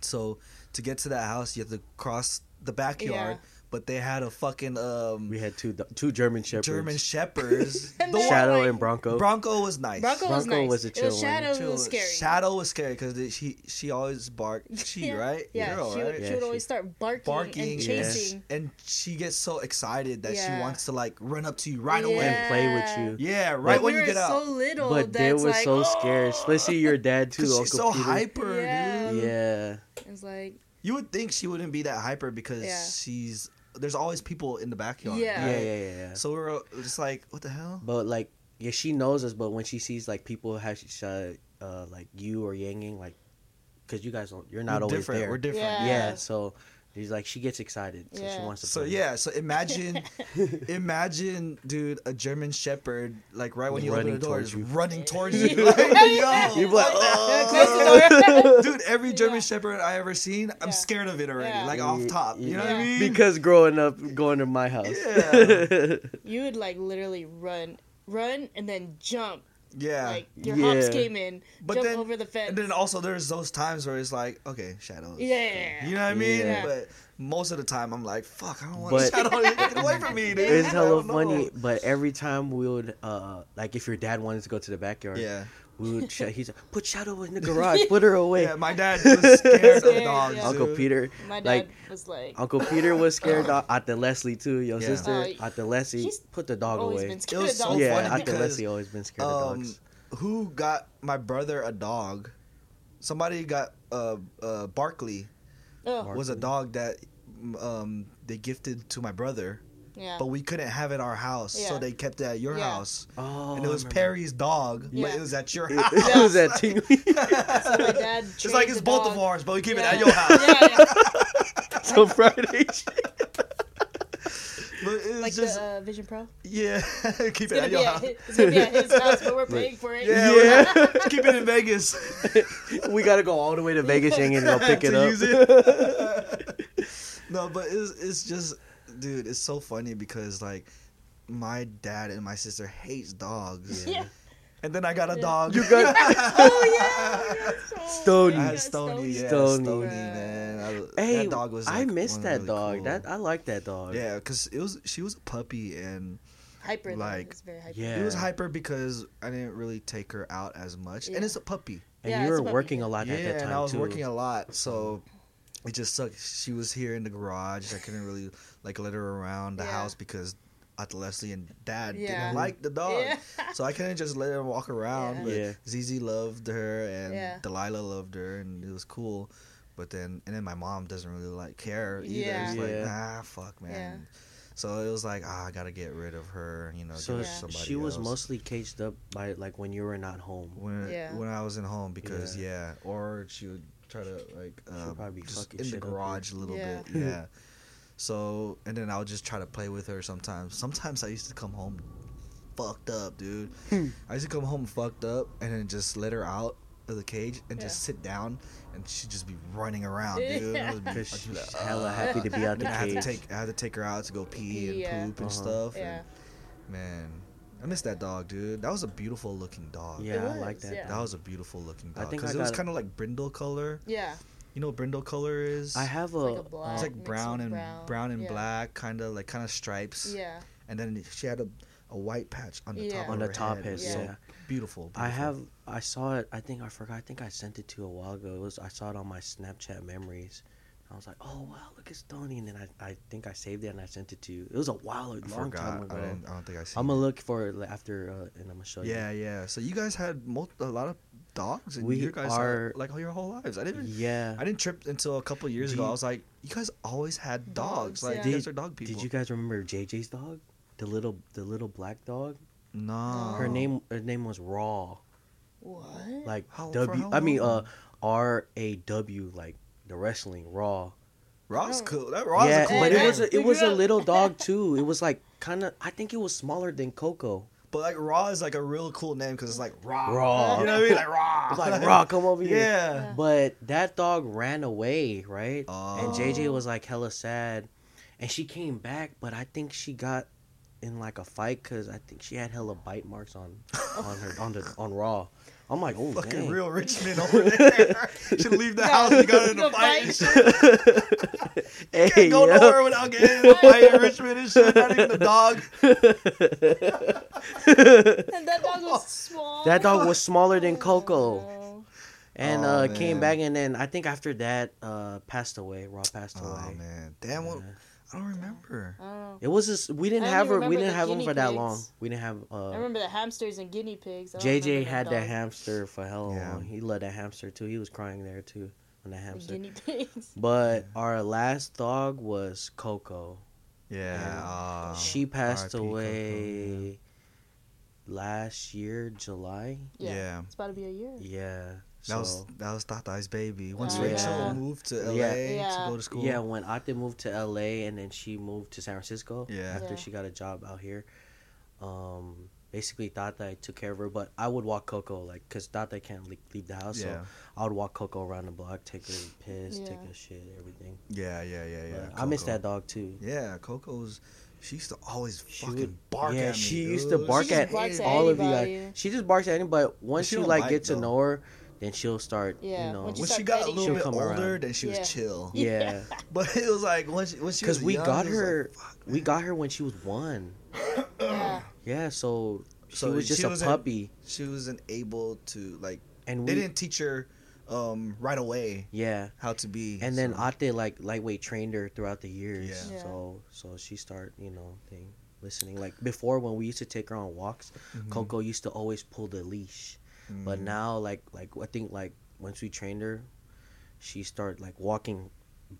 [SPEAKER 4] so to get to that house, you have to cross the backyard.
[SPEAKER 5] Yeah.
[SPEAKER 4] But they had a fucking um
[SPEAKER 3] We had two two German shepherds,
[SPEAKER 4] German shepherds.
[SPEAKER 5] And
[SPEAKER 4] the
[SPEAKER 5] then-
[SPEAKER 4] one,
[SPEAKER 3] Shadow
[SPEAKER 5] like-
[SPEAKER 3] and Bronco.
[SPEAKER 4] Bronco was nice.
[SPEAKER 5] Bronco was
[SPEAKER 3] Bronco
[SPEAKER 5] nice.
[SPEAKER 3] was a
[SPEAKER 5] it
[SPEAKER 3] chill
[SPEAKER 5] was
[SPEAKER 3] one.
[SPEAKER 5] Shadow who
[SPEAKER 4] Chill.
[SPEAKER 5] was scary.
[SPEAKER 4] Shadow was scary because she she always barked. She
[SPEAKER 5] Yeah.
[SPEAKER 4] right?
[SPEAKER 5] Yeah,
[SPEAKER 4] Girl,
[SPEAKER 5] she, would,
[SPEAKER 4] right?
[SPEAKER 5] she
[SPEAKER 3] Yeah,
[SPEAKER 5] would
[SPEAKER 3] she-
[SPEAKER 5] always start barking,
[SPEAKER 4] barking
[SPEAKER 5] and
[SPEAKER 4] and-
[SPEAKER 5] chasing.
[SPEAKER 4] and she gets so excited that she
[SPEAKER 5] Yeah.
[SPEAKER 4] wants to like run up to you right away.
[SPEAKER 3] and play with
[SPEAKER 5] Yeah.
[SPEAKER 3] you.
[SPEAKER 4] Yeah,
[SPEAKER 5] But
[SPEAKER 4] right when
[SPEAKER 5] we
[SPEAKER 4] you
[SPEAKER 5] were
[SPEAKER 4] get
[SPEAKER 5] so
[SPEAKER 4] out.
[SPEAKER 5] little
[SPEAKER 3] But they
[SPEAKER 5] that's
[SPEAKER 3] were
[SPEAKER 5] like,
[SPEAKER 3] so
[SPEAKER 5] oh!
[SPEAKER 3] scared. Especially your dad too,
[SPEAKER 4] 'Cause
[SPEAKER 3] Uncle
[SPEAKER 4] she's so
[SPEAKER 3] Peter.
[SPEAKER 4] hyper,
[SPEAKER 5] Yeah.
[SPEAKER 4] dude.
[SPEAKER 3] Yeah,
[SPEAKER 5] It's like
[SPEAKER 4] You would think she wouldn't be that hyper because
[SPEAKER 5] Yeah.
[SPEAKER 4] she's there's always people in the backyard.
[SPEAKER 5] Yeah.
[SPEAKER 3] yeah,
[SPEAKER 4] right?
[SPEAKER 3] yeah, yeah. yeah.
[SPEAKER 4] So we were uh, just like, what the hell?
[SPEAKER 3] But like, yeah, she knows us. But when she sees like people have uh, uh like you or Yang Yang, like, cause you guys don't, you're not
[SPEAKER 4] we're
[SPEAKER 3] always
[SPEAKER 4] different.
[SPEAKER 3] there.
[SPEAKER 4] We're different.
[SPEAKER 5] Yeah.
[SPEAKER 3] yeah, so she's like, she gets excited, so she
[SPEAKER 5] Yeah.
[SPEAKER 3] wants to.
[SPEAKER 4] So
[SPEAKER 3] play.
[SPEAKER 4] yeah, so imagine, imagine, dude, a German Shepherd, like right when you
[SPEAKER 3] Running
[SPEAKER 4] open the door,
[SPEAKER 3] towards
[SPEAKER 4] is
[SPEAKER 3] you.
[SPEAKER 4] running towards
[SPEAKER 5] Yeah.
[SPEAKER 4] you. Like, yo,
[SPEAKER 3] You're
[SPEAKER 4] what
[SPEAKER 3] like, "Oh."
[SPEAKER 4] the
[SPEAKER 5] Yeah,
[SPEAKER 4] heck?
[SPEAKER 5] close the door.
[SPEAKER 4] dude, every German
[SPEAKER 5] Yeah.
[SPEAKER 4] Shepherd I ever seen, I'm
[SPEAKER 5] Yeah.
[SPEAKER 4] scared of it already.
[SPEAKER 5] Yeah.
[SPEAKER 4] Like off top, you know what I mean?
[SPEAKER 5] Yeah.
[SPEAKER 3] Because growing up, going to my house.
[SPEAKER 4] Yeah.
[SPEAKER 5] you would like literally run, run, and then jump.
[SPEAKER 4] yeah.
[SPEAKER 5] Like your
[SPEAKER 3] Yeah.
[SPEAKER 5] hops came in,
[SPEAKER 4] But
[SPEAKER 5] jump
[SPEAKER 4] then-
[SPEAKER 5] over the fence.
[SPEAKER 4] and then also there's those times where it's like, okay, shadows.
[SPEAKER 5] Yeah.
[SPEAKER 4] You know what I mean?
[SPEAKER 5] Yeah.
[SPEAKER 4] But most of the time I'm like, fuck, I don't want
[SPEAKER 3] But-
[SPEAKER 4] shadow to get away from me, dude.
[SPEAKER 3] It's
[SPEAKER 4] I
[SPEAKER 3] hella
[SPEAKER 4] don't know.
[SPEAKER 3] funny, but every time we would, uh, like, if your dad wanted to go to the backyard,
[SPEAKER 4] Yeah.
[SPEAKER 3] we would. Sh- he's like, "Put Shadow in the garage. Put her away."
[SPEAKER 4] Yeah, my dad was scared of
[SPEAKER 5] Scared,
[SPEAKER 4] dogs.
[SPEAKER 5] yeah.
[SPEAKER 3] Uncle
[SPEAKER 4] dude.
[SPEAKER 3] Peter,
[SPEAKER 5] My dad
[SPEAKER 3] like,
[SPEAKER 5] was like,
[SPEAKER 3] Uncle Peter was scared. uh, Ate Leslie too, your
[SPEAKER 4] Yeah.
[SPEAKER 3] sister.
[SPEAKER 5] Oh,
[SPEAKER 3] Ate Leslie,
[SPEAKER 5] she's
[SPEAKER 3] put the dog
[SPEAKER 5] always
[SPEAKER 3] away.
[SPEAKER 5] been
[SPEAKER 4] It
[SPEAKER 5] scared
[SPEAKER 4] was
[SPEAKER 5] of
[SPEAKER 4] so
[SPEAKER 5] dogs.
[SPEAKER 3] yeah,
[SPEAKER 4] funny
[SPEAKER 3] Ate
[SPEAKER 4] because,
[SPEAKER 3] Leslie always been scared of
[SPEAKER 4] Um,
[SPEAKER 3] dogs.
[SPEAKER 4] who got my brother a dog? Somebody got uh uh Barkley
[SPEAKER 5] Oh,
[SPEAKER 4] was a dog that um they gifted to my brother.
[SPEAKER 5] yeah.
[SPEAKER 4] but we couldn't have it at our house, so
[SPEAKER 5] Yeah.
[SPEAKER 4] they kept it at your
[SPEAKER 5] Yeah.
[SPEAKER 4] house.
[SPEAKER 3] Oh,
[SPEAKER 4] and it
[SPEAKER 3] I
[SPEAKER 4] was
[SPEAKER 3] remember.
[SPEAKER 4] Perry's dog, but
[SPEAKER 5] Yeah.
[SPEAKER 4] it was at your house.
[SPEAKER 3] It, it was that tingly.
[SPEAKER 5] my dad
[SPEAKER 4] it's like it's both of ours, but we keep it at your house.
[SPEAKER 5] Yeah, yeah.
[SPEAKER 3] on Friday.
[SPEAKER 4] But it's
[SPEAKER 5] like
[SPEAKER 4] just
[SPEAKER 5] the uh, Vision Pro.
[SPEAKER 4] yeah, keep it
[SPEAKER 5] It's gonna,
[SPEAKER 4] at
[SPEAKER 5] be
[SPEAKER 4] your
[SPEAKER 5] at
[SPEAKER 4] house.
[SPEAKER 5] his, it's gonna be at his house, but we're paying for it.
[SPEAKER 4] Yeah,
[SPEAKER 3] Yeah.
[SPEAKER 4] we're- let's keep it in Vegas.
[SPEAKER 3] we gotta go all the way to Vegas Yang, and go pick it
[SPEAKER 4] To
[SPEAKER 3] up.
[SPEAKER 4] use it. no, but it's it's just, dude, it's so funny because like. My dad and my sister hates dogs,
[SPEAKER 5] Yeah.
[SPEAKER 4] and then I got a dog.
[SPEAKER 3] You got
[SPEAKER 5] Oh yeah.
[SPEAKER 3] Stony.
[SPEAKER 4] I
[SPEAKER 5] I
[SPEAKER 4] had Stony, yeah, Stony,
[SPEAKER 3] Stony.
[SPEAKER 4] man. I,
[SPEAKER 3] hey.
[SPEAKER 4] that dog was.
[SPEAKER 3] I
[SPEAKER 4] like,
[SPEAKER 3] missed
[SPEAKER 4] one
[SPEAKER 3] that
[SPEAKER 4] really
[SPEAKER 3] dog.
[SPEAKER 4] cool.
[SPEAKER 3] That I like that dog.
[SPEAKER 4] Yeah, because it was she was a puppy and
[SPEAKER 5] hyper. though.
[SPEAKER 4] Like,
[SPEAKER 5] it's very hyper.
[SPEAKER 3] Yeah.
[SPEAKER 4] It was hyper because I didn't really take her out as much,
[SPEAKER 5] Yeah.
[SPEAKER 4] and it's a puppy.
[SPEAKER 3] And
[SPEAKER 5] Yeah,
[SPEAKER 3] you
[SPEAKER 5] it's
[SPEAKER 3] were
[SPEAKER 5] a puppy.
[SPEAKER 3] working a lot
[SPEAKER 4] yeah,
[SPEAKER 3] at that time
[SPEAKER 4] and I was
[SPEAKER 3] too.
[SPEAKER 4] working a lot, so it just sucked. She was here in the garage. I couldn't really like let her around the
[SPEAKER 5] Yeah.
[SPEAKER 4] house because Aunt Leslie and Dad
[SPEAKER 5] Yeah.
[SPEAKER 4] didn't like the dog,
[SPEAKER 5] Yeah.
[SPEAKER 4] so I couldn't just let her walk around.
[SPEAKER 5] Yeah.
[SPEAKER 4] But
[SPEAKER 3] Yeah.
[SPEAKER 4] Zizi loved her, and
[SPEAKER 5] Yeah.
[SPEAKER 4] Delilah loved her, and it was cool. But then, and then my mom doesn't really like care either. It's
[SPEAKER 5] Yeah.
[SPEAKER 4] like,
[SPEAKER 3] Yeah.
[SPEAKER 4] nah, fuck, man. So it was like, ah, I gotta get rid of her, you know.
[SPEAKER 3] So
[SPEAKER 4] give her
[SPEAKER 5] Yeah.
[SPEAKER 4] to somebody
[SPEAKER 3] she was
[SPEAKER 4] else
[SPEAKER 3] mostly caged up by like when you were not home.
[SPEAKER 4] when
[SPEAKER 5] Yeah.
[SPEAKER 4] when I was in home because yeah, or she would try to like um,
[SPEAKER 3] probably be
[SPEAKER 4] just
[SPEAKER 3] fucking
[SPEAKER 4] in the
[SPEAKER 3] shit up
[SPEAKER 4] garage a little
[SPEAKER 5] Yeah.
[SPEAKER 4] bit, yeah. So and then I would just try to play with her sometimes. Sometimes I used to come home fucked up, dude.
[SPEAKER 3] Hmm.
[SPEAKER 4] I used to come home fucked up and then just let her out of the cage and just sit down and she'd just be running around, dude. I would be-
[SPEAKER 3] Because
[SPEAKER 4] I'd be like,
[SPEAKER 3] she's hella happy to be out the
[SPEAKER 4] I had to
[SPEAKER 3] cage.
[SPEAKER 4] take I had to take her out to go pee and
[SPEAKER 5] Pee, yeah.
[SPEAKER 4] poop and
[SPEAKER 3] Uh-huh.
[SPEAKER 4] stuff.
[SPEAKER 5] Yeah.
[SPEAKER 4] and, man, I miss that dog, dude. That was a beautiful looking dog.
[SPEAKER 3] yeah, I
[SPEAKER 5] It
[SPEAKER 3] like
[SPEAKER 5] was,
[SPEAKER 3] that.
[SPEAKER 5] yeah.
[SPEAKER 4] That was a beautiful looking
[SPEAKER 3] I
[SPEAKER 4] dog.
[SPEAKER 3] think
[SPEAKER 4] Because
[SPEAKER 3] I
[SPEAKER 4] it was
[SPEAKER 3] got-
[SPEAKER 4] kind of like brindle color.
[SPEAKER 5] Yeah.
[SPEAKER 4] You know what brindle color is?
[SPEAKER 3] I have a,
[SPEAKER 5] Like a
[SPEAKER 3] uh,
[SPEAKER 5] black.
[SPEAKER 4] It's like
[SPEAKER 5] mixed
[SPEAKER 4] brown
[SPEAKER 5] with
[SPEAKER 4] and brown,
[SPEAKER 5] brown.
[SPEAKER 4] and
[SPEAKER 5] Yeah.
[SPEAKER 4] black, kind of like kind of stripes.
[SPEAKER 5] Yeah.
[SPEAKER 4] And then she had a, a white patch on the top
[SPEAKER 5] Yeah.
[SPEAKER 4] of
[SPEAKER 3] on the
[SPEAKER 4] her
[SPEAKER 3] top
[SPEAKER 4] head.
[SPEAKER 3] head.
[SPEAKER 5] Yeah.
[SPEAKER 3] Yeah.
[SPEAKER 4] So beautiful,
[SPEAKER 3] I
[SPEAKER 4] beautiful.
[SPEAKER 3] have. I saw it. I think I forgot. I think I sent it to you a while ago. It was. I saw it on my Snapchat memories. I was like, oh wow, look at Stony, and then I, I think I saved it and I sent it to you. It was a while, a
[SPEAKER 4] I
[SPEAKER 3] long time
[SPEAKER 4] I
[SPEAKER 3] ago.
[SPEAKER 4] don't, I don't think I see.
[SPEAKER 3] I'm gonna look for it after, uh, and I'm gonna show
[SPEAKER 4] Yeah, yeah. So you guys had mul- a lot of dogs, and
[SPEAKER 3] We
[SPEAKER 4] you guys
[SPEAKER 3] are-
[SPEAKER 4] had, like all your whole lives. I
[SPEAKER 3] you.
[SPEAKER 4] didn't.
[SPEAKER 3] Yeah.
[SPEAKER 4] I didn't trip until a couple years ago.
[SPEAKER 3] Do
[SPEAKER 4] I
[SPEAKER 3] you-
[SPEAKER 4] was like, you guys always had dogs.
[SPEAKER 5] Dogs,
[SPEAKER 4] Like
[SPEAKER 5] yeah.
[SPEAKER 4] you
[SPEAKER 3] Did-
[SPEAKER 4] guys are dog people.
[SPEAKER 3] Did you guys remember JJ's dog? The little, the little black dog.
[SPEAKER 4] No.
[SPEAKER 3] Her name, her name was Raw.
[SPEAKER 5] What?
[SPEAKER 3] Like
[SPEAKER 4] How- for
[SPEAKER 3] W.
[SPEAKER 4] how
[SPEAKER 3] I mean, uh,
[SPEAKER 4] long?
[SPEAKER 3] R A W. Like the wrestling Raw.
[SPEAKER 4] Ross cool. That Ross
[SPEAKER 3] yeah,
[SPEAKER 4] a cool.
[SPEAKER 3] but it
[SPEAKER 4] name.
[SPEAKER 3] was a,
[SPEAKER 5] We
[SPEAKER 3] it was
[SPEAKER 5] grew
[SPEAKER 3] a
[SPEAKER 5] up-
[SPEAKER 3] little dog too. It was like kind of. I think it was smaller than Coco.
[SPEAKER 4] But like raw is like a real cool name because it's like raw.
[SPEAKER 3] Raw.
[SPEAKER 4] You know what I mean? Like raw.
[SPEAKER 3] It's like Raw, come over here.
[SPEAKER 4] Yeah.
[SPEAKER 3] But that dog ran away, right? And
[SPEAKER 4] Oh.
[SPEAKER 3] JJ was like hella sad, and she came back, but I think she got in like a fight because I think she had hella bite marks on on her on the on Raw. I'm like, oh
[SPEAKER 4] Fucking
[SPEAKER 3] dang.
[SPEAKER 4] real Richmond over there. Should leave the house and go in a
[SPEAKER 5] Go
[SPEAKER 4] fight. and
[SPEAKER 5] fight.
[SPEAKER 4] shit.
[SPEAKER 3] Hey,
[SPEAKER 4] Can't go
[SPEAKER 3] yo.
[SPEAKER 4] nowhere without getting in a fight in Richmond and shit. Not even a dog.
[SPEAKER 5] and that dog was small.
[SPEAKER 3] That dog was smaller than Coco,
[SPEAKER 5] Oh,
[SPEAKER 3] and
[SPEAKER 4] Oh,
[SPEAKER 3] uh,
[SPEAKER 4] man.
[SPEAKER 3] came back, and then I think after that, uh, passed away. Raw passed away.
[SPEAKER 4] Oh man, damn! What, I don't remember.
[SPEAKER 5] no.
[SPEAKER 3] It was just we didn't
[SPEAKER 5] I
[SPEAKER 3] have her.
[SPEAKER 5] remember
[SPEAKER 3] We didn't
[SPEAKER 5] the
[SPEAKER 3] have him
[SPEAKER 5] guinea
[SPEAKER 3] for that
[SPEAKER 5] pigs.
[SPEAKER 3] long. We didn't have.
[SPEAKER 5] I
[SPEAKER 3] Uh,
[SPEAKER 5] remember the hamsters and guinea pigs. I don't
[SPEAKER 3] JJ
[SPEAKER 5] remember
[SPEAKER 3] had that
[SPEAKER 5] dog.
[SPEAKER 3] hamster for hell
[SPEAKER 4] Yeah.
[SPEAKER 3] long. He loved that hamster too. He was crying there too on the
[SPEAKER 5] And
[SPEAKER 3] hamster.
[SPEAKER 5] guinea pigs.
[SPEAKER 3] But our last dog was Coco.
[SPEAKER 4] Yeah. uh,
[SPEAKER 3] she passed
[SPEAKER 4] RIP Coco,
[SPEAKER 3] away last year, July.
[SPEAKER 5] Yeah.
[SPEAKER 4] Yeah.
[SPEAKER 5] It's about to be a year.
[SPEAKER 3] Yeah.
[SPEAKER 4] That was
[SPEAKER 3] So
[SPEAKER 4] that was Tata's baby. Once
[SPEAKER 5] Yeah.
[SPEAKER 4] Rachel moved to LA
[SPEAKER 5] Yeah.
[SPEAKER 4] to go to school.
[SPEAKER 3] yeah, when Ate moved to LA and then she moved to San Francisco.
[SPEAKER 4] Yeah.
[SPEAKER 3] After
[SPEAKER 5] Yeah.
[SPEAKER 3] she got a job out here. Um basically Tata I took care of her, but I would walk Coco like cuz Tata can't le- leave the house.
[SPEAKER 4] Yeah.
[SPEAKER 3] So I would walk Coco around the block, take her piss,
[SPEAKER 5] Yeah.
[SPEAKER 3] take her shit, everything.
[SPEAKER 4] Yeah. Yeah. Yeah. Yeah.
[SPEAKER 3] But I miss
[SPEAKER 4] Coco.
[SPEAKER 3] that dog too.
[SPEAKER 4] Yeah, Coco's. She used to always
[SPEAKER 3] She
[SPEAKER 4] fucking
[SPEAKER 3] would-
[SPEAKER 4] bark
[SPEAKER 3] yeah,
[SPEAKER 4] at me.
[SPEAKER 3] she
[SPEAKER 4] dude.
[SPEAKER 3] used to bark
[SPEAKER 5] just
[SPEAKER 3] at
[SPEAKER 5] barks at
[SPEAKER 3] all of you
[SPEAKER 5] anybody.
[SPEAKER 3] guys. She just barks at anybody. Once
[SPEAKER 4] she
[SPEAKER 3] you
[SPEAKER 4] don't
[SPEAKER 3] like
[SPEAKER 4] bite,
[SPEAKER 3] get to
[SPEAKER 4] though.
[SPEAKER 3] know her, then she''ll start,
[SPEAKER 5] Yeah,
[SPEAKER 3] you know.
[SPEAKER 5] once you
[SPEAKER 4] When
[SPEAKER 5] start
[SPEAKER 4] she got a
[SPEAKER 5] petting
[SPEAKER 4] little
[SPEAKER 3] her.
[SPEAKER 4] bit
[SPEAKER 3] She'll come
[SPEAKER 4] older,
[SPEAKER 3] around.
[SPEAKER 4] then she was
[SPEAKER 5] Yeah.
[SPEAKER 4] chill.
[SPEAKER 3] yeah.
[SPEAKER 4] But it was like when she when she
[SPEAKER 3] Cuz
[SPEAKER 4] was
[SPEAKER 3] we
[SPEAKER 4] young,
[SPEAKER 3] got
[SPEAKER 4] it was like,
[SPEAKER 3] her
[SPEAKER 4] fuck.
[SPEAKER 3] we got her when she was 1.
[SPEAKER 5] yeah.
[SPEAKER 3] Yeah, so she
[SPEAKER 4] So
[SPEAKER 3] was
[SPEAKER 4] she
[SPEAKER 3] just a
[SPEAKER 4] wasn't-
[SPEAKER 3] puppy
[SPEAKER 4] she wasn't able to like.
[SPEAKER 3] and
[SPEAKER 4] They
[SPEAKER 3] we
[SPEAKER 4] didn't teach her um, right away
[SPEAKER 3] yeah.
[SPEAKER 4] how to be.
[SPEAKER 3] and then
[SPEAKER 4] so-
[SPEAKER 3] Ate like lightweight trained her throughout the years.
[SPEAKER 4] Yeah.
[SPEAKER 5] Yeah.
[SPEAKER 3] So so she start you know thing listening like before when we used to take her on walks,
[SPEAKER 4] Mm-hmm.
[SPEAKER 3] Coco used to always pull the leash, but
[SPEAKER 4] Mm.
[SPEAKER 3] now like like I think like once we trained her, she start like walking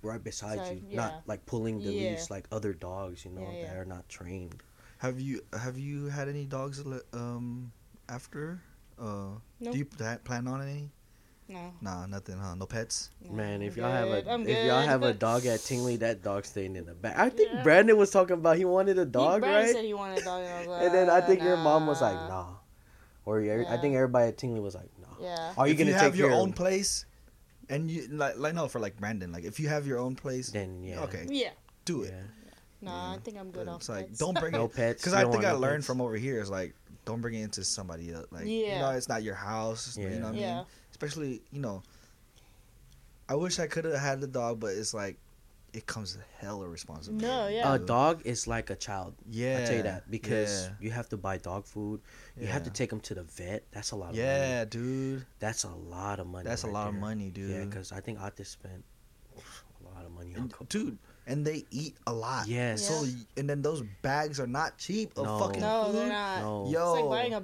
[SPEAKER 3] right beside
[SPEAKER 5] Side,
[SPEAKER 3] you,
[SPEAKER 5] yeah.
[SPEAKER 3] not like pulling the
[SPEAKER 5] Yeah.
[SPEAKER 3] leash like other dogs you know
[SPEAKER 5] Yeah,
[SPEAKER 3] that
[SPEAKER 5] yeah.
[SPEAKER 3] are not trained.
[SPEAKER 4] have you have you had any dogs li- um after? Uh,
[SPEAKER 5] Nope.
[SPEAKER 4] Do you pla- plan on any?
[SPEAKER 5] No.
[SPEAKER 4] Nah, nothing, huh? No pets.
[SPEAKER 5] no,
[SPEAKER 3] Man, if
[SPEAKER 5] I'm
[SPEAKER 3] y'all have
[SPEAKER 5] good,
[SPEAKER 3] a
[SPEAKER 5] I'm
[SPEAKER 3] if y'all
[SPEAKER 5] good.
[SPEAKER 3] have a dog at Tingley, that dog's staying in the back. I think
[SPEAKER 5] Yeah.
[SPEAKER 3] Brandon was talking about he wanted a
[SPEAKER 5] He-
[SPEAKER 3] dog,
[SPEAKER 5] Brandon
[SPEAKER 3] right?
[SPEAKER 5] said he wanted a dog, and I was like,
[SPEAKER 3] And then I think your mom was like,
[SPEAKER 5] nah.
[SPEAKER 3] nah. Or your, I
[SPEAKER 5] Yeah.
[SPEAKER 3] think everybody at Tingley was like, nah.
[SPEAKER 5] Yeah.
[SPEAKER 3] Are you
[SPEAKER 4] if
[SPEAKER 3] gonna
[SPEAKER 4] you
[SPEAKER 3] take
[SPEAKER 4] have your
[SPEAKER 3] care of
[SPEAKER 4] own
[SPEAKER 3] him?
[SPEAKER 4] place? And you like like no for like Brandon like if you have your own place
[SPEAKER 3] Then yeah.
[SPEAKER 4] okay
[SPEAKER 5] Yeah.
[SPEAKER 4] do it
[SPEAKER 3] Yeah.
[SPEAKER 5] Nah, I think I'm
[SPEAKER 4] But
[SPEAKER 5] good off
[SPEAKER 4] it's like
[SPEAKER 5] pets.
[SPEAKER 4] don't bring
[SPEAKER 3] No
[SPEAKER 4] it
[SPEAKER 3] pets.
[SPEAKER 4] because
[SPEAKER 3] you
[SPEAKER 4] I
[SPEAKER 3] don't
[SPEAKER 4] think
[SPEAKER 3] want
[SPEAKER 4] I
[SPEAKER 3] no
[SPEAKER 4] learned
[SPEAKER 3] pets.
[SPEAKER 4] from over here is like don't bring it into somebody else. Like you
[SPEAKER 5] Yeah.
[SPEAKER 4] know, it's not your house. You
[SPEAKER 3] Yeah.
[SPEAKER 4] know what I
[SPEAKER 5] Yeah.
[SPEAKER 4] mean? Especially, you know I wish I could have had the dog, but it's like it comes with hella responsibility.
[SPEAKER 5] No,
[SPEAKER 4] dude.
[SPEAKER 5] yeah.
[SPEAKER 3] A dog is like a child.
[SPEAKER 4] Yeah,
[SPEAKER 3] I tell you that because
[SPEAKER 4] yeah.
[SPEAKER 3] you have to buy dog food. You have to
[SPEAKER 4] Yeah.
[SPEAKER 3] take them to the vet. That's a lot. Of money.
[SPEAKER 4] Yeah, dude,
[SPEAKER 3] that's a lot of money.
[SPEAKER 4] that's a
[SPEAKER 3] right
[SPEAKER 4] lot of
[SPEAKER 3] there.
[SPEAKER 4] money, dude.
[SPEAKER 3] Yeah, because I think Otis spent a lot of money on
[SPEAKER 4] And-
[SPEAKER 3] Coke.
[SPEAKER 4] dude, and they eat a lot.
[SPEAKER 3] Yes.
[SPEAKER 4] So,
[SPEAKER 5] Yeah.
[SPEAKER 4] and then those bags are not cheap of
[SPEAKER 3] No.
[SPEAKER 4] fucking
[SPEAKER 5] No,
[SPEAKER 4] food.
[SPEAKER 5] they're not.
[SPEAKER 3] No.
[SPEAKER 4] Yo,
[SPEAKER 5] It's like buying a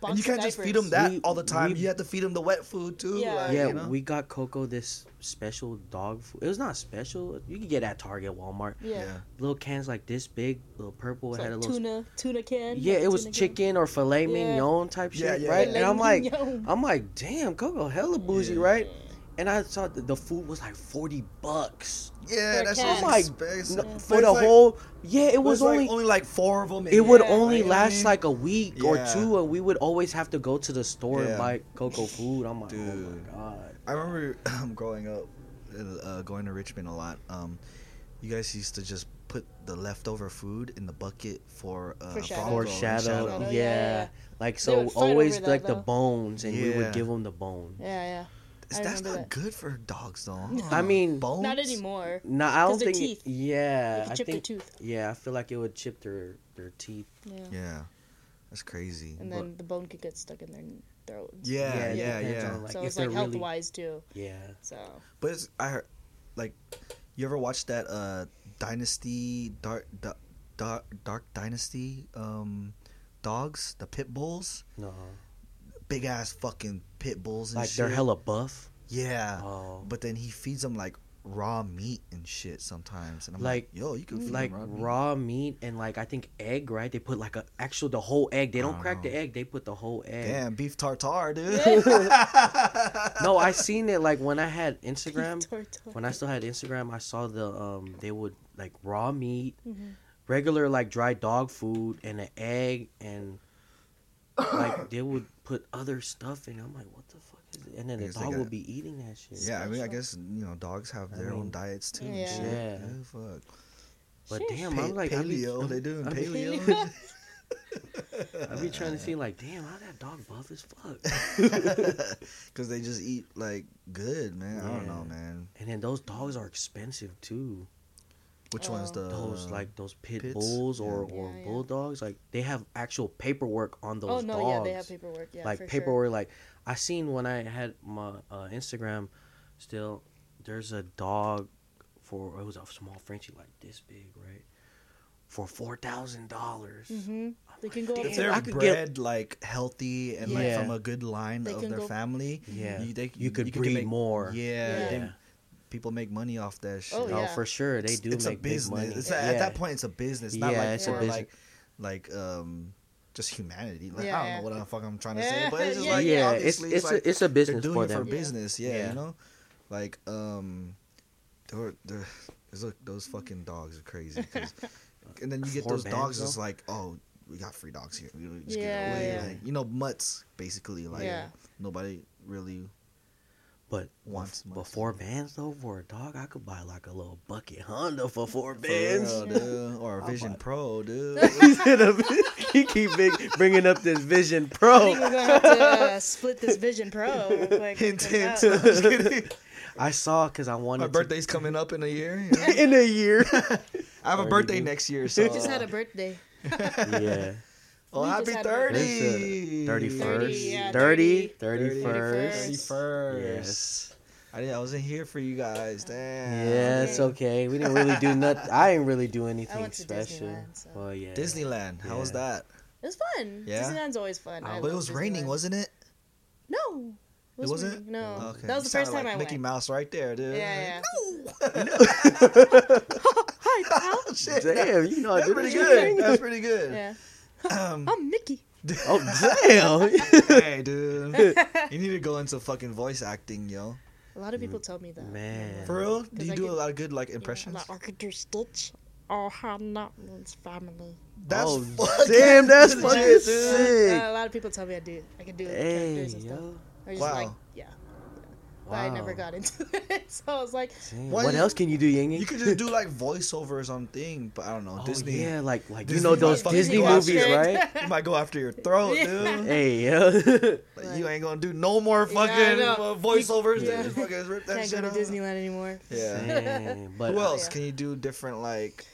[SPEAKER 5] box
[SPEAKER 4] and you
[SPEAKER 5] of
[SPEAKER 4] can't just feed
[SPEAKER 5] diapers.
[SPEAKER 4] them that
[SPEAKER 3] We-
[SPEAKER 4] all the time.
[SPEAKER 3] we-
[SPEAKER 4] you have to feed them the wet food too.
[SPEAKER 5] Yeah.
[SPEAKER 4] like,
[SPEAKER 3] yeah,
[SPEAKER 4] uh, you know?
[SPEAKER 3] we got Coco this special dog food. It was not special. You can get it at Target, Walmart.
[SPEAKER 5] Yeah.
[SPEAKER 3] Little cans like this big, little purple.
[SPEAKER 5] It's
[SPEAKER 3] it had
[SPEAKER 5] like
[SPEAKER 3] a little.
[SPEAKER 5] tuna, tuna can.
[SPEAKER 3] Yeah,
[SPEAKER 5] like a
[SPEAKER 3] it was
[SPEAKER 5] tuna can.
[SPEAKER 3] chicken or filet
[SPEAKER 5] Yeah.
[SPEAKER 3] mignon type
[SPEAKER 4] Yeah,
[SPEAKER 3] shit,
[SPEAKER 4] yeah,
[SPEAKER 3] right?
[SPEAKER 4] yeah.
[SPEAKER 3] And I'm like,
[SPEAKER 5] Filet mignon.
[SPEAKER 3] I'm like, damn, Coco, hella bougie,
[SPEAKER 4] Yeah.
[SPEAKER 3] right? And I saw the, the food was like forty bucks
[SPEAKER 4] yeah,
[SPEAKER 5] They're
[SPEAKER 4] that's
[SPEAKER 5] cans.
[SPEAKER 4] just
[SPEAKER 5] Oh
[SPEAKER 3] my-
[SPEAKER 4] expensive.
[SPEAKER 3] No,
[SPEAKER 4] But it's
[SPEAKER 3] for the
[SPEAKER 4] like-
[SPEAKER 3] whole. Yeah, it
[SPEAKER 4] but
[SPEAKER 3] was
[SPEAKER 4] it's like
[SPEAKER 3] only.
[SPEAKER 4] like four of them.
[SPEAKER 3] it would
[SPEAKER 5] Yeah,
[SPEAKER 4] like, you
[SPEAKER 3] only
[SPEAKER 4] know what I
[SPEAKER 3] last
[SPEAKER 4] mean?
[SPEAKER 3] like a week or
[SPEAKER 4] Yeah.
[SPEAKER 3] two, and we would always have to go to the store
[SPEAKER 4] Yeah.
[SPEAKER 3] and buy Coco food. I'm like, oh
[SPEAKER 4] Dude.
[SPEAKER 3] my god.
[SPEAKER 4] I remember um, growing up, uh, going to Richmond a lot. Um, you guys used to just put the leftover food in the bucket for uh,
[SPEAKER 5] For shadow.
[SPEAKER 4] Bronco
[SPEAKER 3] Or
[SPEAKER 4] and
[SPEAKER 3] shadow,
[SPEAKER 5] Shadow,
[SPEAKER 3] yeah.
[SPEAKER 5] yeah, yeah.
[SPEAKER 3] Like
[SPEAKER 5] They
[SPEAKER 3] so,
[SPEAKER 5] would fight
[SPEAKER 3] always
[SPEAKER 5] over that,
[SPEAKER 3] like the
[SPEAKER 5] though.
[SPEAKER 3] bones, and we
[SPEAKER 4] Yeah.
[SPEAKER 3] would give them the bone.
[SPEAKER 5] Yeah, yeah.
[SPEAKER 4] It's-
[SPEAKER 5] I
[SPEAKER 4] that's not
[SPEAKER 5] remember that.
[SPEAKER 4] good for dogs, though.
[SPEAKER 3] I mean-
[SPEAKER 4] bones.
[SPEAKER 5] Not anymore.
[SPEAKER 3] No, I don't
[SPEAKER 5] 'Cause their teeth.
[SPEAKER 3] think. Yeah,
[SPEAKER 5] you
[SPEAKER 3] I
[SPEAKER 5] can chip
[SPEAKER 3] think.
[SPEAKER 5] your tooth.
[SPEAKER 3] Yeah, I feel like it would chip their their teeth.
[SPEAKER 5] Yeah.
[SPEAKER 4] Yeah, that's crazy.
[SPEAKER 5] And then the bone could get stuck in their throat.
[SPEAKER 4] But- yeah,
[SPEAKER 3] it
[SPEAKER 4] yeah, yeah.
[SPEAKER 3] depends on, like,
[SPEAKER 5] so
[SPEAKER 3] if
[SPEAKER 5] it's
[SPEAKER 3] they're
[SPEAKER 5] like health
[SPEAKER 3] really-
[SPEAKER 5] wise too.
[SPEAKER 3] Yeah.
[SPEAKER 5] So
[SPEAKER 4] But it's, I heard, like, you ever watched that uh, Dynasty Dark Dark, Dark Dark Dynasty um dogs, the pit bulls,
[SPEAKER 3] No.
[SPEAKER 4] big ass fucking pit bulls and
[SPEAKER 3] Like
[SPEAKER 4] shit.
[SPEAKER 3] they're hella buff.
[SPEAKER 4] Yeah.
[SPEAKER 3] Oh.
[SPEAKER 4] But then he feeds them like raw meat and shit sometimes, and I'm like,
[SPEAKER 3] Like-
[SPEAKER 4] yo, you can feed 'em
[SPEAKER 3] like
[SPEAKER 4] raw. meat.
[SPEAKER 3] raw meat and like I think egg, right? They put like a actual the whole egg. They
[SPEAKER 4] I
[SPEAKER 3] don't
[SPEAKER 4] don't
[SPEAKER 3] crack the
[SPEAKER 4] know.
[SPEAKER 3] egg. They put the whole egg.
[SPEAKER 4] Damn, beef tartare, dude.
[SPEAKER 3] No, I seen it like when I had Instagram.
[SPEAKER 5] Tortilla.
[SPEAKER 3] when I still had Instagram, I saw the um they would like raw meat,
[SPEAKER 5] Mm-hmm.
[SPEAKER 3] regular like dry dog food and an egg and like they would put other stuff in. I'm like, what the fuck is it? And then the
[SPEAKER 4] Because they
[SPEAKER 3] dog
[SPEAKER 4] got-
[SPEAKER 3] would be eating that shit.
[SPEAKER 4] Yeah, I mean, I
[SPEAKER 5] Special.
[SPEAKER 4] guess you know dogs have
[SPEAKER 3] I
[SPEAKER 4] their own
[SPEAKER 3] mean,
[SPEAKER 4] diets too.
[SPEAKER 5] Yeah.
[SPEAKER 4] And shit.
[SPEAKER 3] Yeah.
[SPEAKER 4] Yeah, fuck.
[SPEAKER 3] But
[SPEAKER 5] Sheesh.
[SPEAKER 3] damn,
[SPEAKER 4] Pa-
[SPEAKER 3] I'm like, I be,
[SPEAKER 4] paleo,
[SPEAKER 3] I'm-
[SPEAKER 4] they doing
[SPEAKER 3] I be-
[SPEAKER 4] paleo.
[SPEAKER 3] I be trying to see like, damn, how that dog buff as fuck.
[SPEAKER 4] Because they just eat like good, man. I don't know,
[SPEAKER 3] Yeah.
[SPEAKER 4] man.
[SPEAKER 3] And then those dogs are expensive too.
[SPEAKER 4] Which one's the
[SPEAKER 5] Oh.
[SPEAKER 3] Those like those pit
[SPEAKER 4] Uh, pits?
[SPEAKER 3] bulls or,
[SPEAKER 5] Yeah.
[SPEAKER 3] or
[SPEAKER 5] Yeah, yeah.
[SPEAKER 3] bulldogs, like they have actual paperwork on those
[SPEAKER 5] oh no,
[SPEAKER 3] dogs.
[SPEAKER 5] yeah, they have paperwork. Yeah,
[SPEAKER 3] like
[SPEAKER 5] for
[SPEAKER 3] paperwork. Like I seen when I had my uh, Instagram, still there's a dog for it was a small Frenchie like this big, right? For four dollars.
[SPEAKER 5] Sure. hmm They can go.
[SPEAKER 4] If
[SPEAKER 5] Up
[SPEAKER 3] they're
[SPEAKER 4] they're
[SPEAKER 5] to,
[SPEAKER 3] I could get-
[SPEAKER 4] bred like healthy and like
[SPEAKER 3] Yeah.
[SPEAKER 4] from a good line
[SPEAKER 5] They
[SPEAKER 4] of
[SPEAKER 5] can
[SPEAKER 4] their
[SPEAKER 5] go-
[SPEAKER 4] family,
[SPEAKER 3] Yeah,
[SPEAKER 4] you,
[SPEAKER 3] you,
[SPEAKER 4] they,
[SPEAKER 3] could
[SPEAKER 4] you
[SPEAKER 3] breed
[SPEAKER 4] make-
[SPEAKER 3] more.
[SPEAKER 4] Yeah,
[SPEAKER 5] Yeah.
[SPEAKER 4] they- people make money off that shit.
[SPEAKER 5] Oh,
[SPEAKER 3] No,
[SPEAKER 5] yeah.
[SPEAKER 3] for sure they
[SPEAKER 4] It's-
[SPEAKER 3] do
[SPEAKER 4] it's
[SPEAKER 3] make
[SPEAKER 4] a
[SPEAKER 3] big
[SPEAKER 4] business.
[SPEAKER 3] money.
[SPEAKER 4] It's a- At that point, it's a business. Not
[SPEAKER 3] Yeah,
[SPEAKER 4] like
[SPEAKER 3] it's
[SPEAKER 5] a
[SPEAKER 4] for
[SPEAKER 3] business.
[SPEAKER 4] like like um just humanity. Like I
[SPEAKER 5] Yeah,
[SPEAKER 4] don't
[SPEAKER 5] yeah.
[SPEAKER 4] know what the fuck I'm trying to say,
[SPEAKER 5] Yeah,
[SPEAKER 4] but it's just
[SPEAKER 5] yeah,
[SPEAKER 4] like
[SPEAKER 5] yeah.
[SPEAKER 3] yeah, it's
[SPEAKER 4] obviously
[SPEAKER 3] it's
[SPEAKER 4] like,
[SPEAKER 3] a, it's a
[SPEAKER 4] they're
[SPEAKER 3] business
[SPEAKER 4] doing
[SPEAKER 3] for
[SPEAKER 4] it for
[SPEAKER 3] them.
[SPEAKER 5] Yeah.
[SPEAKER 4] business. Yeah,
[SPEAKER 3] Yeah.
[SPEAKER 4] you know, like um, there were- there- there's a- those fucking dogs are crazy. 'cause- and then you get
[SPEAKER 3] Four
[SPEAKER 4] those
[SPEAKER 3] bands,
[SPEAKER 4] dogs
[SPEAKER 3] though?
[SPEAKER 4] that's like, oh, we got free dogs here. We really just get
[SPEAKER 5] Yeah,
[SPEAKER 4] away.
[SPEAKER 5] yeah.
[SPEAKER 4] Like, you know, mutts basically. Like
[SPEAKER 5] Yeah.
[SPEAKER 4] nobody really.
[SPEAKER 3] but
[SPEAKER 4] Once
[SPEAKER 3] bef-
[SPEAKER 4] months.
[SPEAKER 3] before bands though, for a dog, I could buy like a little bucket Honda for four
[SPEAKER 4] For
[SPEAKER 3] bands.
[SPEAKER 4] real, dude, or a
[SPEAKER 3] I'll
[SPEAKER 4] Vision
[SPEAKER 3] buy-
[SPEAKER 4] Pro, dude.
[SPEAKER 3] uh, he keep big, bringing up this Vision
[SPEAKER 5] I
[SPEAKER 3] Pro.
[SPEAKER 5] think we're gonna have to uh, split this Vision Pro. Real quick.
[SPEAKER 4] hint,
[SPEAKER 5] Check it
[SPEAKER 4] hint.
[SPEAKER 5] out.
[SPEAKER 4] I'm just kidding.
[SPEAKER 3] I saw because I wanted
[SPEAKER 4] My
[SPEAKER 3] to-
[SPEAKER 4] birthday's coming up in a year. you know?
[SPEAKER 3] in a year.
[SPEAKER 4] I have a
[SPEAKER 3] Already
[SPEAKER 4] birthday
[SPEAKER 3] did.
[SPEAKER 4] next year, so.
[SPEAKER 5] We just had a birthday.
[SPEAKER 3] yeah,
[SPEAKER 4] oh,
[SPEAKER 5] we just
[SPEAKER 4] happy
[SPEAKER 5] had a
[SPEAKER 4] thirty.
[SPEAKER 3] It's a
[SPEAKER 5] 30,
[SPEAKER 3] 31st,
[SPEAKER 5] yeah,
[SPEAKER 3] 30,
[SPEAKER 4] 30,
[SPEAKER 3] 31st.
[SPEAKER 4] 31st.
[SPEAKER 3] Yes.
[SPEAKER 4] I didn't, I wasn't here for you guys. Damn.
[SPEAKER 3] Yeah, it's okay. We didn't really do nothing. I didn't really do
[SPEAKER 5] I
[SPEAKER 3] anything
[SPEAKER 5] went to
[SPEAKER 3] special.
[SPEAKER 5] Disneyland, so.
[SPEAKER 3] Well, yeah.
[SPEAKER 4] Disneyland. How was that?
[SPEAKER 3] Yeah.
[SPEAKER 5] It was fun.
[SPEAKER 4] Yeah? Oh,
[SPEAKER 5] Disneyland's always fun. I
[SPEAKER 4] but it
[SPEAKER 5] love
[SPEAKER 4] was raining,
[SPEAKER 5] Disneyland.
[SPEAKER 4] wasn't it?
[SPEAKER 5] No. It
[SPEAKER 4] was
[SPEAKER 5] raining.
[SPEAKER 4] it? Oh,
[SPEAKER 5] No.
[SPEAKER 4] Okay.
[SPEAKER 5] That was
[SPEAKER 4] You
[SPEAKER 5] the
[SPEAKER 4] sounded
[SPEAKER 5] first time
[SPEAKER 4] like
[SPEAKER 5] I
[SPEAKER 4] Mickey
[SPEAKER 5] went.
[SPEAKER 4] Mouse right there, dude.
[SPEAKER 5] Yeah, yeah.
[SPEAKER 4] Oh, shit.
[SPEAKER 3] Damn, you know I
[SPEAKER 4] That's
[SPEAKER 3] did
[SPEAKER 4] pretty
[SPEAKER 3] pretty
[SPEAKER 4] good. That's pretty good.
[SPEAKER 5] Yeah.
[SPEAKER 4] Um,
[SPEAKER 5] I'm Mickey.
[SPEAKER 3] Oh damn.
[SPEAKER 4] hey, dude. You need to go into fucking voice acting, yo.
[SPEAKER 5] A lot of people tell me that.
[SPEAKER 3] Man.
[SPEAKER 4] For real? Do you
[SPEAKER 5] I Oh,
[SPEAKER 4] do
[SPEAKER 5] could-
[SPEAKER 4] a lot of good like
[SPEAKER 5] Impression.
[SPEAKER 4] impressions?
[SPEAKER 5] I could do Stitch or Han Nutman's family.
[SPEAKER 4] That's
[SPEAKER 3] Oh,
[SPEAKER 4] fucking
[SPEAKER 3] damn, that's
[SPEAKER 4] legit,
[SPEAKER 3] fucking
[SPEAKER 4] dude.
[SPEAKER 5] Uh,
[SPEAKER 3] sick.
[SPEAKER 5] a lot of people tell me I do. I can do
[SPEAKER 3] Hey,
[SPEAKER 5] characters and stuff.
[SPEAKER 3] yo.
[SPEAKER 5] Or just
[SPEAKER 4] Wow.
[SPEAKER 5] like, yeah. but I never
[SPEAKER 3] Wow.
[SPEAKER 5] got into it. So I was like,
[SPEAKER 3] Dang,
[SPEAKER 4] Why
[SPEAKER 3] what
[SPEAKER 4] you-
[SPEAKER 3] else can you do, Yang?
[SPEAKER 4] You could just do like voiceover or something, but I don't know.
[SPEAKER 3] oh,
[SPEAKER 4] Disney.
[SPEAKER 3] Yeah, like like you
[SPEAKER 4] Disney
[SPEAKER 3] know those
[SPEAKER 4] fucking
[SPEAKER 3] Disney
[SPEAKER 4] watch
[SPEAKER 3] movies,
[SPEAKER 5] it.
[SPEAKER 3] right?
[SPEAKER 4] You might go after your throat,
[SPEAKER 5] Yeah.
[SPEAKER 4] dude.
[SPEAKER 3] hey, yeah.
[SPEAKER 4] Like, you ain't gonna do no more
[SPEAKER 5] Yeah, I
[SPEAKER 4] fucking
[SPEAKER 5] know.
[SPEAKER 4] uh, voiceovers.
[SPEAKER 5] Yeah.
[SPEAKER 4] Just fucking rip that
[SPEAKER 5] can't
[SPEAKER 4] shit
[SPEAKER 5] go
[SPEAKER 4] out.
[SPEAKER 5] to Disneyland anymore.
[SPEAKER 4] Yeah.
[SPEAKER 3] Dang, but
[SPEAKER 4] Who else
[SPEAKER 5] yeah.
[SPEAKER 4] can you do different like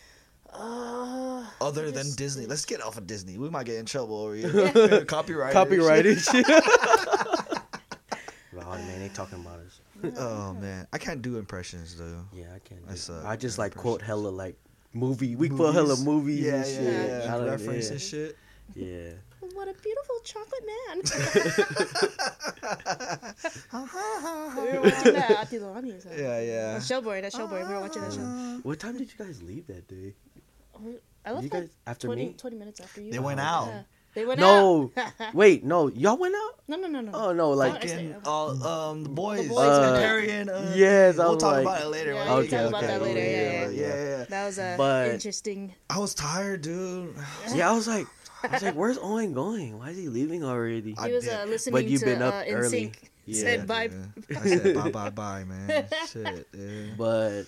[SPEAKER 5] Uh,
[SPEAKER 4] other than
[SPEAKER 5] Yes.
[SPEAKER 4] Disney? Let's get off of Disney. We might get in trouble over here. Copyright.
[SPEAKER 3] copyrighted shit. oh man, they talking about us.
[SPEAKER 4] Oh man, I can't do impressions though.
[SPEAKER 3] Yeah, I can't.
[SPEAKER 4] I
[SPEAKER 3] Do
[SPEAKER 4] suck
[SPEAKER 3] I just
[SPEAKER 4] at
[SPEAKER 3] like quote
[SPEAKER 4] impressions.
[SPEAKER 3] hella like movie. We quote hella movies
[SPEAKER 4] Yeah,
[SPEAKER 3] and
[SPEAKER 4] yeah,
[SPEAKER 3] shit.
[SPEAKER 4] yeah.
[SPEAKER 3] I don't-
[SPEAKER 4] Reference
[SPEAKER 3] yeah.
[SPEAKER 4] and shit.
[SPEAKER 3] Yeah.
[SPEAKER 5] what a beautiful chocolate man. we were watching that at Atilani or something.
[SPEAKER 4] Yeah,
[SPEAKER 5] On
[SPEAKER 4] yeah.
[SPEAKER 5] Showboy, that Showboy. We were watching that show.
[SPEAKER 3] What time did you guys leave that day?
[SPEAKER 5] I left like
[SPEAKER 3] You guys after
[SPEAKER 5] 20,
[SPEAKER 3] me?
[SPEAKER 5] 20 minutes after you.
[SPEAKER 4] They went
[SPEAKER 5] Yeah.
[SPEAKER 4] out.
[SPEAKER 5] They went
[SPEAKER 3] No.
[SPEAKER 5] out.
[SPEAKER 3] Wait, no, y'all went out.
[SPEAKER 5] no, no, no, no.
[SPEAKER 3] Oh no, like
[SPEAKER 5] I see.
[SPEAKER 4] Fucking, uh, um, the boys.
[SPEAKER 5] boys, Uh,
[SPEAKER 4] and Harry and, uh,
[SPEAKER 3] yes, I
[SPEAKER 4] We'll
[SPEAKER 3] was
[SPEAKER 4] talk
[SPEAKER 3] like-
[SPEAKER 4] about it later.
[SPEAKER 5] Yeah,
[SPEAKER 4] when
[SPEAKER 5] we'll
[SPEAKER 4] we
[SPEAKER 5] talk
[SPEAKER 4] get
[SPEAKER 5] about
[SPEAKER 4] back.
[SPEAKER 5] that later, yeah,
[SPEAKER 3] yeah, yeah.
[SPEAKER 4] yeah, yeah.
[SPEAKER 5] That was a
[SPEAKER 3] But-
[SPEAKER 5] interesting.
[SPEAKER 4] I was tired, dude.
[SPEAKER 3] yeah, I was like, I was like, where's Owen going? Why is he leaving already?
[SPEAKER 4] I
[SPEAKER 5] He was
[SPEAKER 4] did.
[SPEAKER 5] uh,
[SPEAKER 4] But
[SPEAKER 5] listening
[SPEAKER 3] you've
[SPEAKER 5] to
[SPEAKER 3] been up
[SPEAKER 5] uh,
[SPEAKER 3] early.
[SPEAKER 5] NSYNC. Said bye.
[SPEAKER 4] Yeah. I said bye, bye, bye, man. Shit, dude.
[SPEAKER 3] But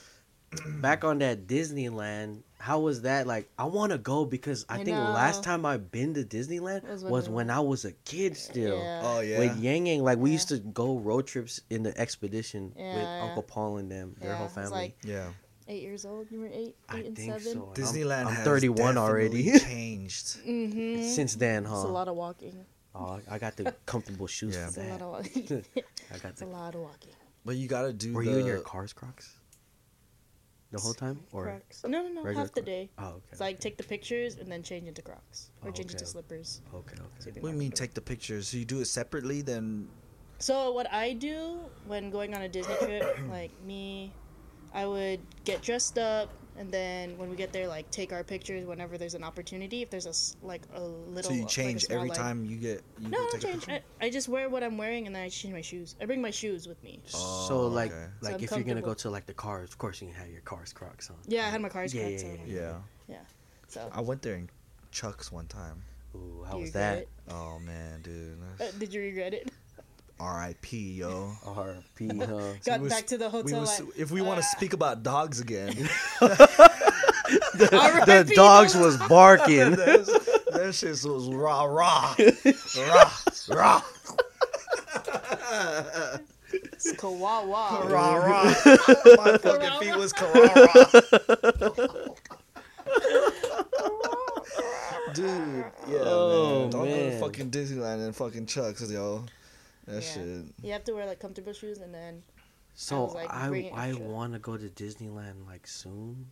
[SPEAKER 3] back on that Disneyland, how was that? Like, I want to go because I,
[SPEAKER 5] I
[SPEAKER 3] think last
[SPEAKER 5] know.
[SPEAKER 3] time I've been to Disneyland
[SPEAKER 5] Was
[SPEAKER 3] was,
[SPEAKER 5] when we were-
[SPEAKER 3] when I was a kid still.
[SPEAKER 5] Yeah.
[SPEAKER 4] Oh yeah.
[SPEAKER 3] With Yang Yang, like we
[SPEAKER 5] Yeah.
[SPEAKER 3] used to go road trips in the expedition
[SPEAKER 5] Yeah,
[SPEAKER 3] with
[SPEAKER 5] yeah.
[SPEAKER 3] Uncle Paul and them, their
[SPEAKER 5] Yeah,
[SPEAKER 3] whole
[SPEAKER 5] it's like-
[SPEAKER 3] family.
[SPEAKER 4] yeah.
[SPEAKER 5] Eight years old. You were eight,
[SPEAKER 3] I
[SPEAKER 5] eight and
[SPEAKER 3] think
[SPEAKER 5] seven.
[SPEAKER 3] so.
[SPEAKER 4] Disneyland.
[SPEAKER 3] I'm, I'm
[SPEAKER 4] has
[SPEAKER 3] 31 already.
[SPEAKER 4] definitely changed.
[SPEAKER 5] Mm-hmm.
[SPEAKER 3] Since then, huh?
[SPEAKER 5] It's a lot of walking.
[SPEAKER 3] Oh, I I got the comfortable shoes
[SPEAKER 4] Yeah.
[SPEAKER 5] It's
[SPEAKER 3] for
[SPEAKER 5] a lot
[SPEAKER 3] that.
[SPEAKER 5] of walking.
[SPEAKER 3] I got
[SPEAKER 5] it's a
[SPEAKER 3] the.
[SPEAKER 5] lot of walking.
[SPEAKER 4] But you gotta do.
[SPEAKER 3] Were
[SPEAKER 4] the,
[SPEAKER 3] you in your cars, Crocs? The whole time, or
[SPEAKER 5] Crocs. No, no, no.
[SPEAKER 3] regular
[SPEAKER 5] half the
[SPEAKER 3] Crocs?
[SPEAKER 5] day.
[SPEAKER 3] oh, okay.
[SPEAKER 5] It's like take the pictures and then change into Crocs or
[SPEAKER 3] Oh,
[SPEAKER 5] change into
[SPEAKER 3] okay.
[SPEAKER 5] slippers.
[SPEAKER 3] okay, okay.
[SPEAKER 4] What do you mean take the pictures? So you do it separately, then
[SPEAKER 5] So what I do when going on a Disney trip, like me, I would get dressed up, and then when we get there, like take our pictures whenever there's an opportunity. If there's a s- like a little,
[SPEAKER 4] so you
[SPEAKER 5] like, a
[SPEAKER 4] change
[SPEAKER 5] small,
[SPEAKER 4] every
[SPEAKER 5] like-
[SPEAKER 4] time you get. You go
[SPEAKER 5] No, I don't
[SPEAKER 4] take a
[SPEAKER 5] change.
[SPEAKER 4] picture?
[SPEAKER 5] I, I just wear what I'm wearing, and then I change my shoes. I bring my shoes with me.
[SPEAKER 3] so
[SPEAKER 4] Oh,
[SPEAKER 3] like,
[SPEAKER 4] okay.
[SPEAKER 5] So
[SPEAKER 3] like
[SPEAKER 5] I'm
[SPEAKER 3] if you're gonna
[SPEAKER 5] comfortable.
[SPEAKER 3] go to like the cars, of course you can have your cars Crocs on.
[SPEAKER 5] Yeah, I had my car's
[SPEAKER 3] Yeah,
[SPEAKER 5] cracked,
[SPEAKER 3] yeah,
[SPEAKER 5] so-
[SPEAKER 4] Yeah,
[SPEAKER 5] So
[SPEAKER 4] I went there in Chucks one time.
[SPEAKER 3] Ooh,
[SPEAKER 5] do
[SPEAKER 3] how
[SPEAKER 5] you
[SPEAKER 3] was
[SPEAKER 5] regret
[SPEAKER 3] that?
[SPEAKER 5] it?
[SPEAKER 4] Oh man, dude.
[SPEAKER 5] Uh, did you regret it?
[SPEAKER 4] R.I.P. Yo.
[SPEAKER 3] R.P. Huh?
[SPEAKER 5] Got
[SPEAKER 4] We was-
[SPEAKER 5] back to the
[SPEAKER 4] We
[SPEAKER 5] hotel.
[SPEAKER 4] was,
[SPEAKER 5] like,
[SPEAKER 4] if we want
[SPEAKER 5] "Ah."
[SPEAKER 4] to speak about dogs again,
[SPEAKER 3] the dogs was barking.
[SPEAKER 4] that shit was rah rah rah rah
[SPEAKER 5] It's Kawawa.
[SPEAKER 4] rah rah. My fucking feet was
[SPEAKER 3] Oh,
[SPEAKER 4] rah Dude, yeah,
[SPEAKER 3] Oh,
[SPEAKER 4] man. Don't go to
[SPEAKER 3] man.
[SPEAKER 4] fucking Disneyland and fucking Chucks, yo. That
[SPEAKER 5] Yeah.
[SPEAKER 4] shit.
[SPEAKER 5] You have to wear like comfortable shoes, and then
[SPEAKER 3] So
[SPEAKER 5] was like,
[SPEAKER 3] I
[SPEAKER 5] bring it
[SPEAKER 3] I
[SPEAKER 5] extra.
[SPEAKER 3] want to go to Disneyland like soon.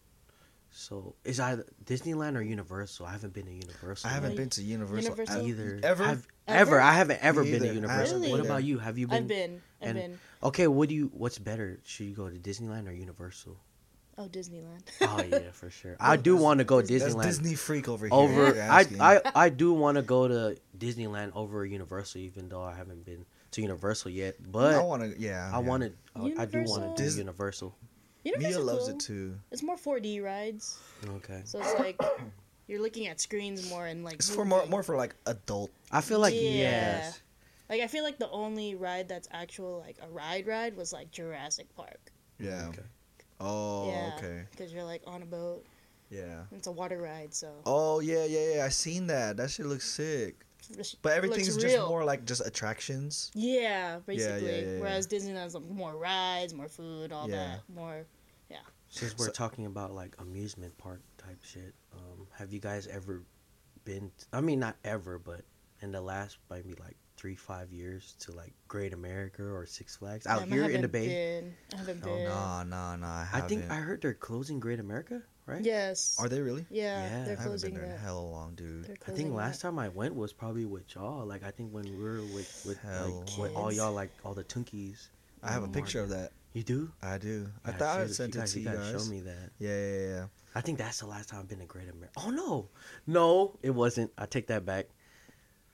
[SPEAKER 3] So is either Disneyland or Universal? I haven't been to Universal.
[SPEAKER 4] I haven't
[SPEAKER 3] yet
[SPEAKER 4] been to Universal,
[SPEAKER 5] Universal?
[SPEAKER 4] e-
[SPEAKER 3] either.
[SPEAKER 4] ever.
[SPEAKER 3] I've-
[SPEAKER 5] Ever?
[SPEAKER 3] ever? I haven't ever
[SPEAKER 4] Me
[SPEAKER 3] been to
[SPEAKER 4] either. I
[SPEAKER 3] Universal.
[SPEAKER 5] haven't
[SPEAKER 3] What
[SPEAKER 5] been
[SPEAKER 3] about
[SPEAKER 4] there.
[SPEAKER 3] you? Have you been?
[SPEAKER 5] I've been, I've
[SPEAKER 3] and-
[SPEAKER 5] been.
[SPEAKER 3] Okay, what do you? What's better? Should you go to Disneyland or Universal?
[SPEAKER 5] Oh, Disneyland.
[SPEAKER 3] Oh yeah, for sure. I do want to go
[SPEAKER 4] That's
[SPEAKER 3] Disneyland
[SPEAKER 4] Disney freak over here.
[SPEAKER 3] over.
[SPEAKER 4] you're
[SPEAKER 3] I,
[SPEAKER 4] asking.
[SPEAKER 3] I I do want to go to Disneyland over Universal, even though I haven't been to Universal yet. But
[SPEAKER 4] I
[SPEAKER 3] I,
[SPEAKER 4] want to. Yeah, yeah.
[SPEAKER 3] wanted. I do want to
[SPEAKER 4] Universal?
[SPEAKER 3] do Universal.
[SPEAKER 5] Universal
[SPEAKER 4] Mia loves
[SPEAKER 5] cool.
[SPEAKER 4] it too.
[SPEAKER 5] It's more 4D rides,
[SPEAKER 3] Okay.
[SPEAKER 5] so it's like you're looking at screens more and like.
[SPEAKER 4] It's for more,
[SPEAKER 5] moving.
[SPEAKER 4] more for like adult.
[SPEAKER 3] I feel like
[SPEAKER 5] Yeah.
[SPEAKER 3] yes.
[SPEAKER 5] Like I feel like the only ride that's actual like a ride ride was like Jurassic Park.
[SPEAKER 4] Yeah.
[SPEAKER 3] Okay.
[SPEAKER 4] Oh,
[SPEAKER 5] yeah.
[SPEAKER 4] okay.
[SPEAKER 5] Because you're like on a boat.
[SPEAKER 4] Yeah.
[SPEAKER 5] and It's a water ride, so.
[SPEAKER 4] Oh yeah, yeah, yeah. I seen that. That shit looks sick.
[SPEAKER 5] It's-
[SPEAKER 4] But
[SPEAKER 5] looks
[SPEAKER 4] everything's just
[SPEAKER 5] real.
[SPEAKER 4] more like just attractions.
[SPEAKER 5] Yeah, basically.
[SPEAKER 4] yeah,
[SPEAKER 5] Whereas Disneyland's like more rides, more food, all
[SPEAKER 4] Yeah.
[SPEAKER 5] that, more.
[SPEAKER 3] Since we're
[SPEAKER 4] So-
[SPEAKER 3] talking about like amusement park type shit, um, have you guys ever been? t- I mean, not ever, but in the last maybe like three five years to like Great America or Six Flags out
[SPEAKER 5] Um, I
[SPEAKER 3] here in the
[SPEAKER 5] haven't
[SPEAKER 3] Bay.
[SPEAKER 5] Been, I haven't
[SPEAKER 4] No,
[SPEAKER 5] been.
[SPEAKER 4] no, no, no. I,
[SPEAKER 3] I
[SPEAKER 4] haven't.
[SPEAKER 3] think I heard they're closing Great America, right?
[SPEAKER 5] Yes.
[SPEAKER 4] Are they really?
[SPEAKER 5] Yeah,
[SPEAKER 3] Yeah.
[SPEAKER 5] they're
[SPEAKER 4] I haven't
[SPEAKER 5] closing
[SPEAKER 4] been there
[SPEAKER 5] that.
[SPEAKER 4] in hell long, dude.
[SPEAKER 5] They're
[SPEAKER 3] I think
[SPEAKER 5] closing
[SPEAKER 3] last
[SPEAKER 5] that.
[SPEAKER 3] time I went was probably with y'all. Like I think when we were with with
[SPEAKER 4] Hell.
[SPEAKER 3] like, with all
[SPEAKER 5] Kids.
[SPEAKER 3] y'all like all the Tunkies.
[SPEAKER 4] I have a picture of that.
[SPEAKER 3] You do?
[SPEAKER 4] I do. I
[SPEAKER 3] Yeah,
[SPEAKER 4] thought I
[SPEAKER 3] shit,
[SPEAKER 4] sent it to you
[SPEAKER 3] gotta
[SPEAKER 4] guys.
[SPEAKER 3] Show me that.
[SPEAKER 4] Yeah, yeah, yeah, yeah.
[SPEAKER 3] I think that's the last time I've been to Great America. Oh no, no, it wasn't. I take that back.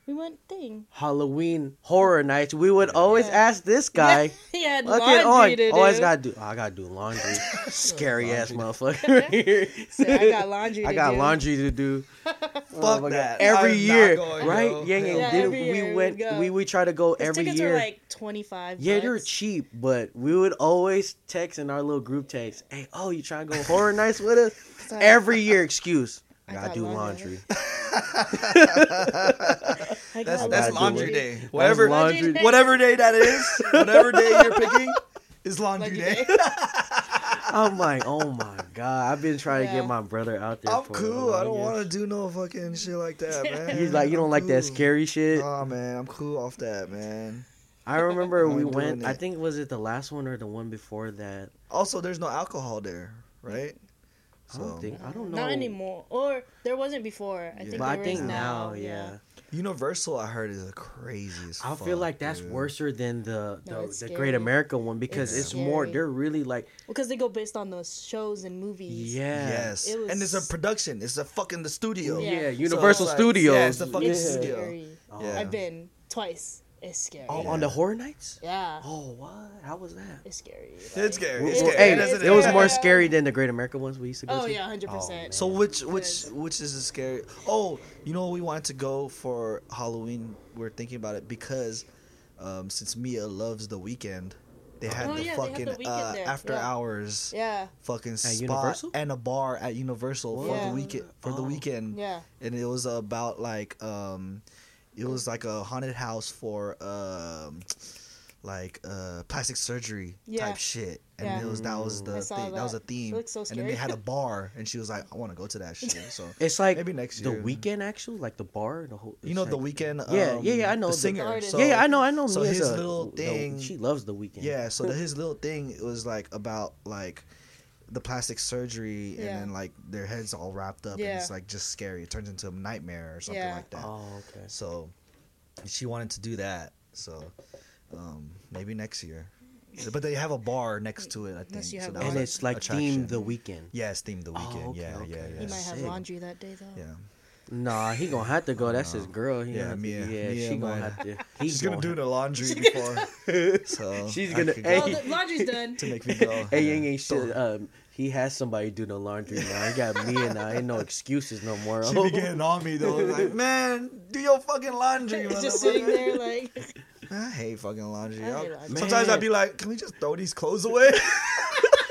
[SPEAKER 5] We went thing.
[SPEAKER 3] Halloween horror nights, we would always
[SPEAKER 5] Yeah.
[SPEAKER 3] ask this guy.
[SPEAKER 5] he had
[SPEAKER 3] Look
[SPEAKER 5] laundry
[SPEAKER 3] it on.
[SPEAKER 5] to do.
[SPEAKER 3] Always gotta do. oh, I gotta do laundry. Scary ass motherfucker. right here.
[SPEAKER 5] Said, I got laundry.
[SPEAKER 3] I
[SPEAKER 5] to
[SPEAKER 3] got
[SPEAKER 5] do."
[SPEAKER 3] laundry to do. Oh my
[SPEAKER 4] Fuck
[SPEAKER 3] God.
[SPEAKER 4] that.
[SPEAKER 3] Every
[SPEAKER 4] I'm not
[SPEAKER 3] year,
[SPEAKER 4] going,
[SPEAKER 3] right?
[SPEAKER 4] yo.
[SPEAKER 3] Yeah, yeah.
[SPEAKER 5] Yeah,
[SPEAKER 3] Then
[SPEAKER 5] every year
[SPEAKER 3] we
[SPEAKER 5] we
[SPEAKER 3] went.
[SPEAKER 5] go.
[SPEAKER 3] We would try to go
[SPEAKER 5] His
[SPEAKER 3] every
[SPEAKER 5] tickets
[SPEAKER 3] year.
[SPEAKER 5] were like twenty five.
[SPEAKER 3] yeah, they were
[SPEAKER 5] bucks.
[SPEAKER 3] cheap, but we would always text in our little group text. Hey, oh, you trying to go horror nights with us?
[SPEAKER 5] So-
[SPEAKER 3] Every year, excuse. I
[SPEAKER 5] I
[SPEAKER 3] gotta
[SPEAKER 5] got
[SPEAKER 3] do laundry.
[SPEAKER 5] laundry. I
[SPEAKER 4] That's
[SPEAKER 5] got
[SPEAKER 4] that's
[SPEAKER 3] do
[SPEAKER 4] laundry
[SPEAKER 3] it.
[SPEAKER 4] day.
[SPEAKER 3] That's
[SPEAKER 4] Whatever
[SPEAKER 3] laundry.
[SPEAKER 5] day.
[SPEAKER 4] whatever day that is, whatever day you're picking is laundry day.
[SPEAKER 5] Laundry day.
[SPEAKER 3] I'm like, oh my god, I've been trying to
[SPEAKER 5] Yeah.
[SPEAKER 3] get my brother out there.
[SPEAKER 4] I'm
[SPEAKER 3] for the
[SPEAKER 4] cool. I don't want
[SPEAKER 3] longest.
[SPEAKER 4] to do no fucking shit like that, man.
[SPEAKER 3] He's like, you don't like that
[SPEAKER 4] Cool.
[SPEAKER 3] scary shit.
[SPEAKER 4] Oh man, I'm cool off that, man.
[SPEAKER 3] I remember
[SPEAKER 4] I'm
[SPEAKER 3] we
[SPEAKER 4] doing
[SPEAKER 3] went. I
[SPEAKER 4] it.
[SPEAKER 3] think was it the last one or the one before that.
[SPEAKER 4] Also, there's no alcohol there, right?
[SPEAKER 3] I don't think. I don't know.
[SPEAKER 5] Not anymore. Or there wasn't before. I
[SPEAKER 4] Yeah.
[SPEAKER 5] think
[SPEAKER 3] But I
[SPEAKER 5] there is
[SPEAKER 3] think
[SPEAKER 5] now.
[SPEAKER 3] now, yeah.
[SPEAKER 4] Universal, I heard, is the craziest.
[SPEAKER 3] I feel like that's worser than the the,
[SPEAKER 5] No, it's
[SPEAKER 3] the
[SPEAKER 5] scary.
[SPEAKER 3] Great America one because it's,
[SPEAKER 5] It's
[SPEAKER 3] more.
[SPEAKER 5] scary.
[SPEAKER 3] They're really like
[SPEAKER 5] Because they go based on the shows and movies.
[SPEAKER 3] yeah.
[SPEAKER 4] Yes,
[SPEAKER 5] It
[SPEAKER 4] and it's a
[SPEAKER 5] was-
[SPEAKER 4] production. It's a fucking the studio.
[SPEAKER 5] Yeah.
[SPEAKER 3] Yeah,
[SPEAKER 5] So
[SPEAKER 3] Universal
[SPEAKER 4] it's like-
[SPEAKER 3] Studios.
[SPEAKER 4] yeah, it's the fucking
[SPEAKER 5] It's
[SPEAKER 4] Yeah. studio.
[SPEAKER 5] scary.
[SPEAKER 4] Yeah.
[SPEAKER 5] I've been twice. It's scary.
[SPEAKER 3] Oh, on the horror nights.
[SPEAKER 5] Yeah.
[SPEAKER 3] Oh, what? How was that?
[SPEAKER 5] It's scary.
[SPEAKER 4] It's
[SPEAKER 5] like-
[SPEAKER 4] scary.
[SPEAKER 3] Well,
[SPEAKER 4] It's
[SPEAKER 3] well,
[SPEAKER 4] scary.
[SPEAKER 3] hey,
[SPEAKER 5] That's
[SPEAKER 3] it was
[SPEAKER 5] it.
[SPEAKER 3] more
[SPEAKER 5] Yeah.
[SPEAKER 3] scary than the Great America ones we used to go
[SPEAKER 5] Oh
[SPEAKER 3] to.
[SPEAKER 5] yeah, hundred percent.
[SPEAKER 4] So which which
[SPEAKER 5] Yes.
[SPEAKER 4] which is the scary? Oh, you know we wanted to go for Halloween. We're thinking about it because um, since Mia loves the weekend, they had
[SPEAKER 5] Oh,
[SPEAKER 4] the
[SPEAKER 5] yeah, they had the
[SPEAKER 4] fucking
[SPEAKER 5] weekend
[SPEAKER 4] uh,
[SPEAKER 5] there.
[SPEAKER 4] after
[SPEAKER 5] Yeah.
[SPEAKER 4] hours
[SPEAKER 5] Yeah.
[SPEAKER 4] fucking spot
[SPEAKER 3] Universal?
[SPEAKER 4] and a bar at Universal for
[SPEAKER 5] Yeah.
[SPEAKER 4] the weekend for the
[SPEAKER 3] Oh.
[SPEAKER 4] weekend.
[SPEAKER 5] Yeah.
[SPEAKER 4] And it was about like um, it was like a haunted house for um, like uh plastic surgery
[SPEAKER 5] Yeah.
[SPEAKER 4] type shit. And
[SPEAKER 5] Yeah.
[SPEAKER 4] it was that was the
[SPEAKER 5] I
[SPEAKER 4] thing.
[SPEAKER 5] saw
[SPEAKER 4] That. was a
[SPEAKER 5] that.
[SPEAKER 4] theme.
[SPEAKER 5] It looked so
[SPEAKER 4] And then they had
[SPEAKER 5] scary.
[SPEAKER 4] a bar, and she was like, "I want to go to that shit." So
[SPEAKER 3] It's like
[SPEAKER 4] Maybe next
[SPEAKER 3] the
[SPEAKER 4] year.
[SPEAKER 3] weekend actually, like the bar, the whole.
[SPEAKER 4] you
[SPEAKER 3] it's
[SPEAKER 4] know the
[SPEAKER 3] like-
[SPEAKER 4] weekend. Um,
[SPEAKER 3] Yeah, yeah, yeah, I know
[SPEAKER 4] the
[SPEAKER 3] the-
[SPEAKER 4] singer.
[SPEAKER 5] Artist.
[SPEAKER 4] so,
[SPEAKER 3] yeah, yeah, I know, I know.
[SPEAKER 4] so
[SPEAKER 3] Mia's
[SPEAKER 4] his
[SPEAKER 3] a-
[SPEAKER 4] little
[SPEAKER 3] the-
[SPEAKER 4] thing-
[SPEAKER 3] she loves the weekend.
[SPEAKER 4] Yeah, so the, his little thing it was like about like the plastic surgery and
[SPEAKER 5] Yeah.
[SPEAKER 4] then like their heads all wrapped up and
[SPEAKER 5] Yeah.
[SPEAKER 4] it's like just scary. It turns into a nightmare or something
[SPEAKER 5] Yeah.
[SPEAKER 4] like that.
[SPEAKER 3] Oh, okay.
[SPEAKER 4] So she wanted to do that. So um, maybe next year. But they have a bar next to it, I think.
[SPEAKER 5] Unless you have
[SPEAKER 4] that
[SPEAKER 5] Oh,
[SPEAKER 3] And
[SPEAKER 4] was
[SPEAKER 3] it's like
[SPEAKER 4] attraction.
[SPEAKER 3] themed the weekend.
[SPEAKER 4] Yeah, it's themed the
[SPEAKER 3] Oh,
[SPEAKER 4] weekend.
[SPEAKER 3] okay,
[SPEAKER 4] yeah,
[SPEAKER 3] okay.
[SPEAKER 4] yeah, yeah,
[SPEAKER 5] He might have
[SPEAKER 3] sick.
[SPEAKER 5] laundry that day though.
[SPEAKER 4] yeah.
[SPEAKER 3] Nah, he gonna have to go. That's his girl. He
[SPEAKER 4] Oh, Yeah,
[SPEAKER 3] gonna have to-
[SPEAKER 4] Mia-
[SPEAKER 3] Yeah,
[SPEAKER 4] Mia
[SPEAKER 3] she gonna
[SPEAKER 4] might-
[SPEAKER 3] have to.
[SPEAKER 4] She's gonna do
[SPEAKER 3] have-
[SPEAKER 4] the laundry before. so
[SPEAKER 3] She's
[SPEAKER 4] I
[SPEAKER 3] gonna-
[SPEAKER 4] could
[SPEAKER 5] Oh,
[SPEAKER 4] go
[SPEAKER 3] Hey.
[SPEAKER 5] the laundry's done.
[SPEAKER 4] to make me go.
[SPEAKER 3] Hey,
[SPEAKER 4] yeah.
[SPEAKER 3] Yang ain't
[SPEAKER 4] So-
[SPEAKER 3] shit. Um, he has somebody do the laundry now. He got me and I ain't no excuses no more. Oh.
[SPEAKER 4] She be getting on me though. Like, man, do your fucking laundry.
[SPEAKER 5] It's just
[SPEAKER 4] motherfucker."
[SPEAKER 5] sitting there like
[SPEAKER 4] I hate fucking laundry.
[SPEAKER 5] I hate
[SPEAKER 4] I'll-
[SPEAKER 5] laundry.
[SPEAKER 4] Sometimes
[SPEAKER 3] Man.
[SPEAKER 4] I'd be like, can we just throw these clothes away?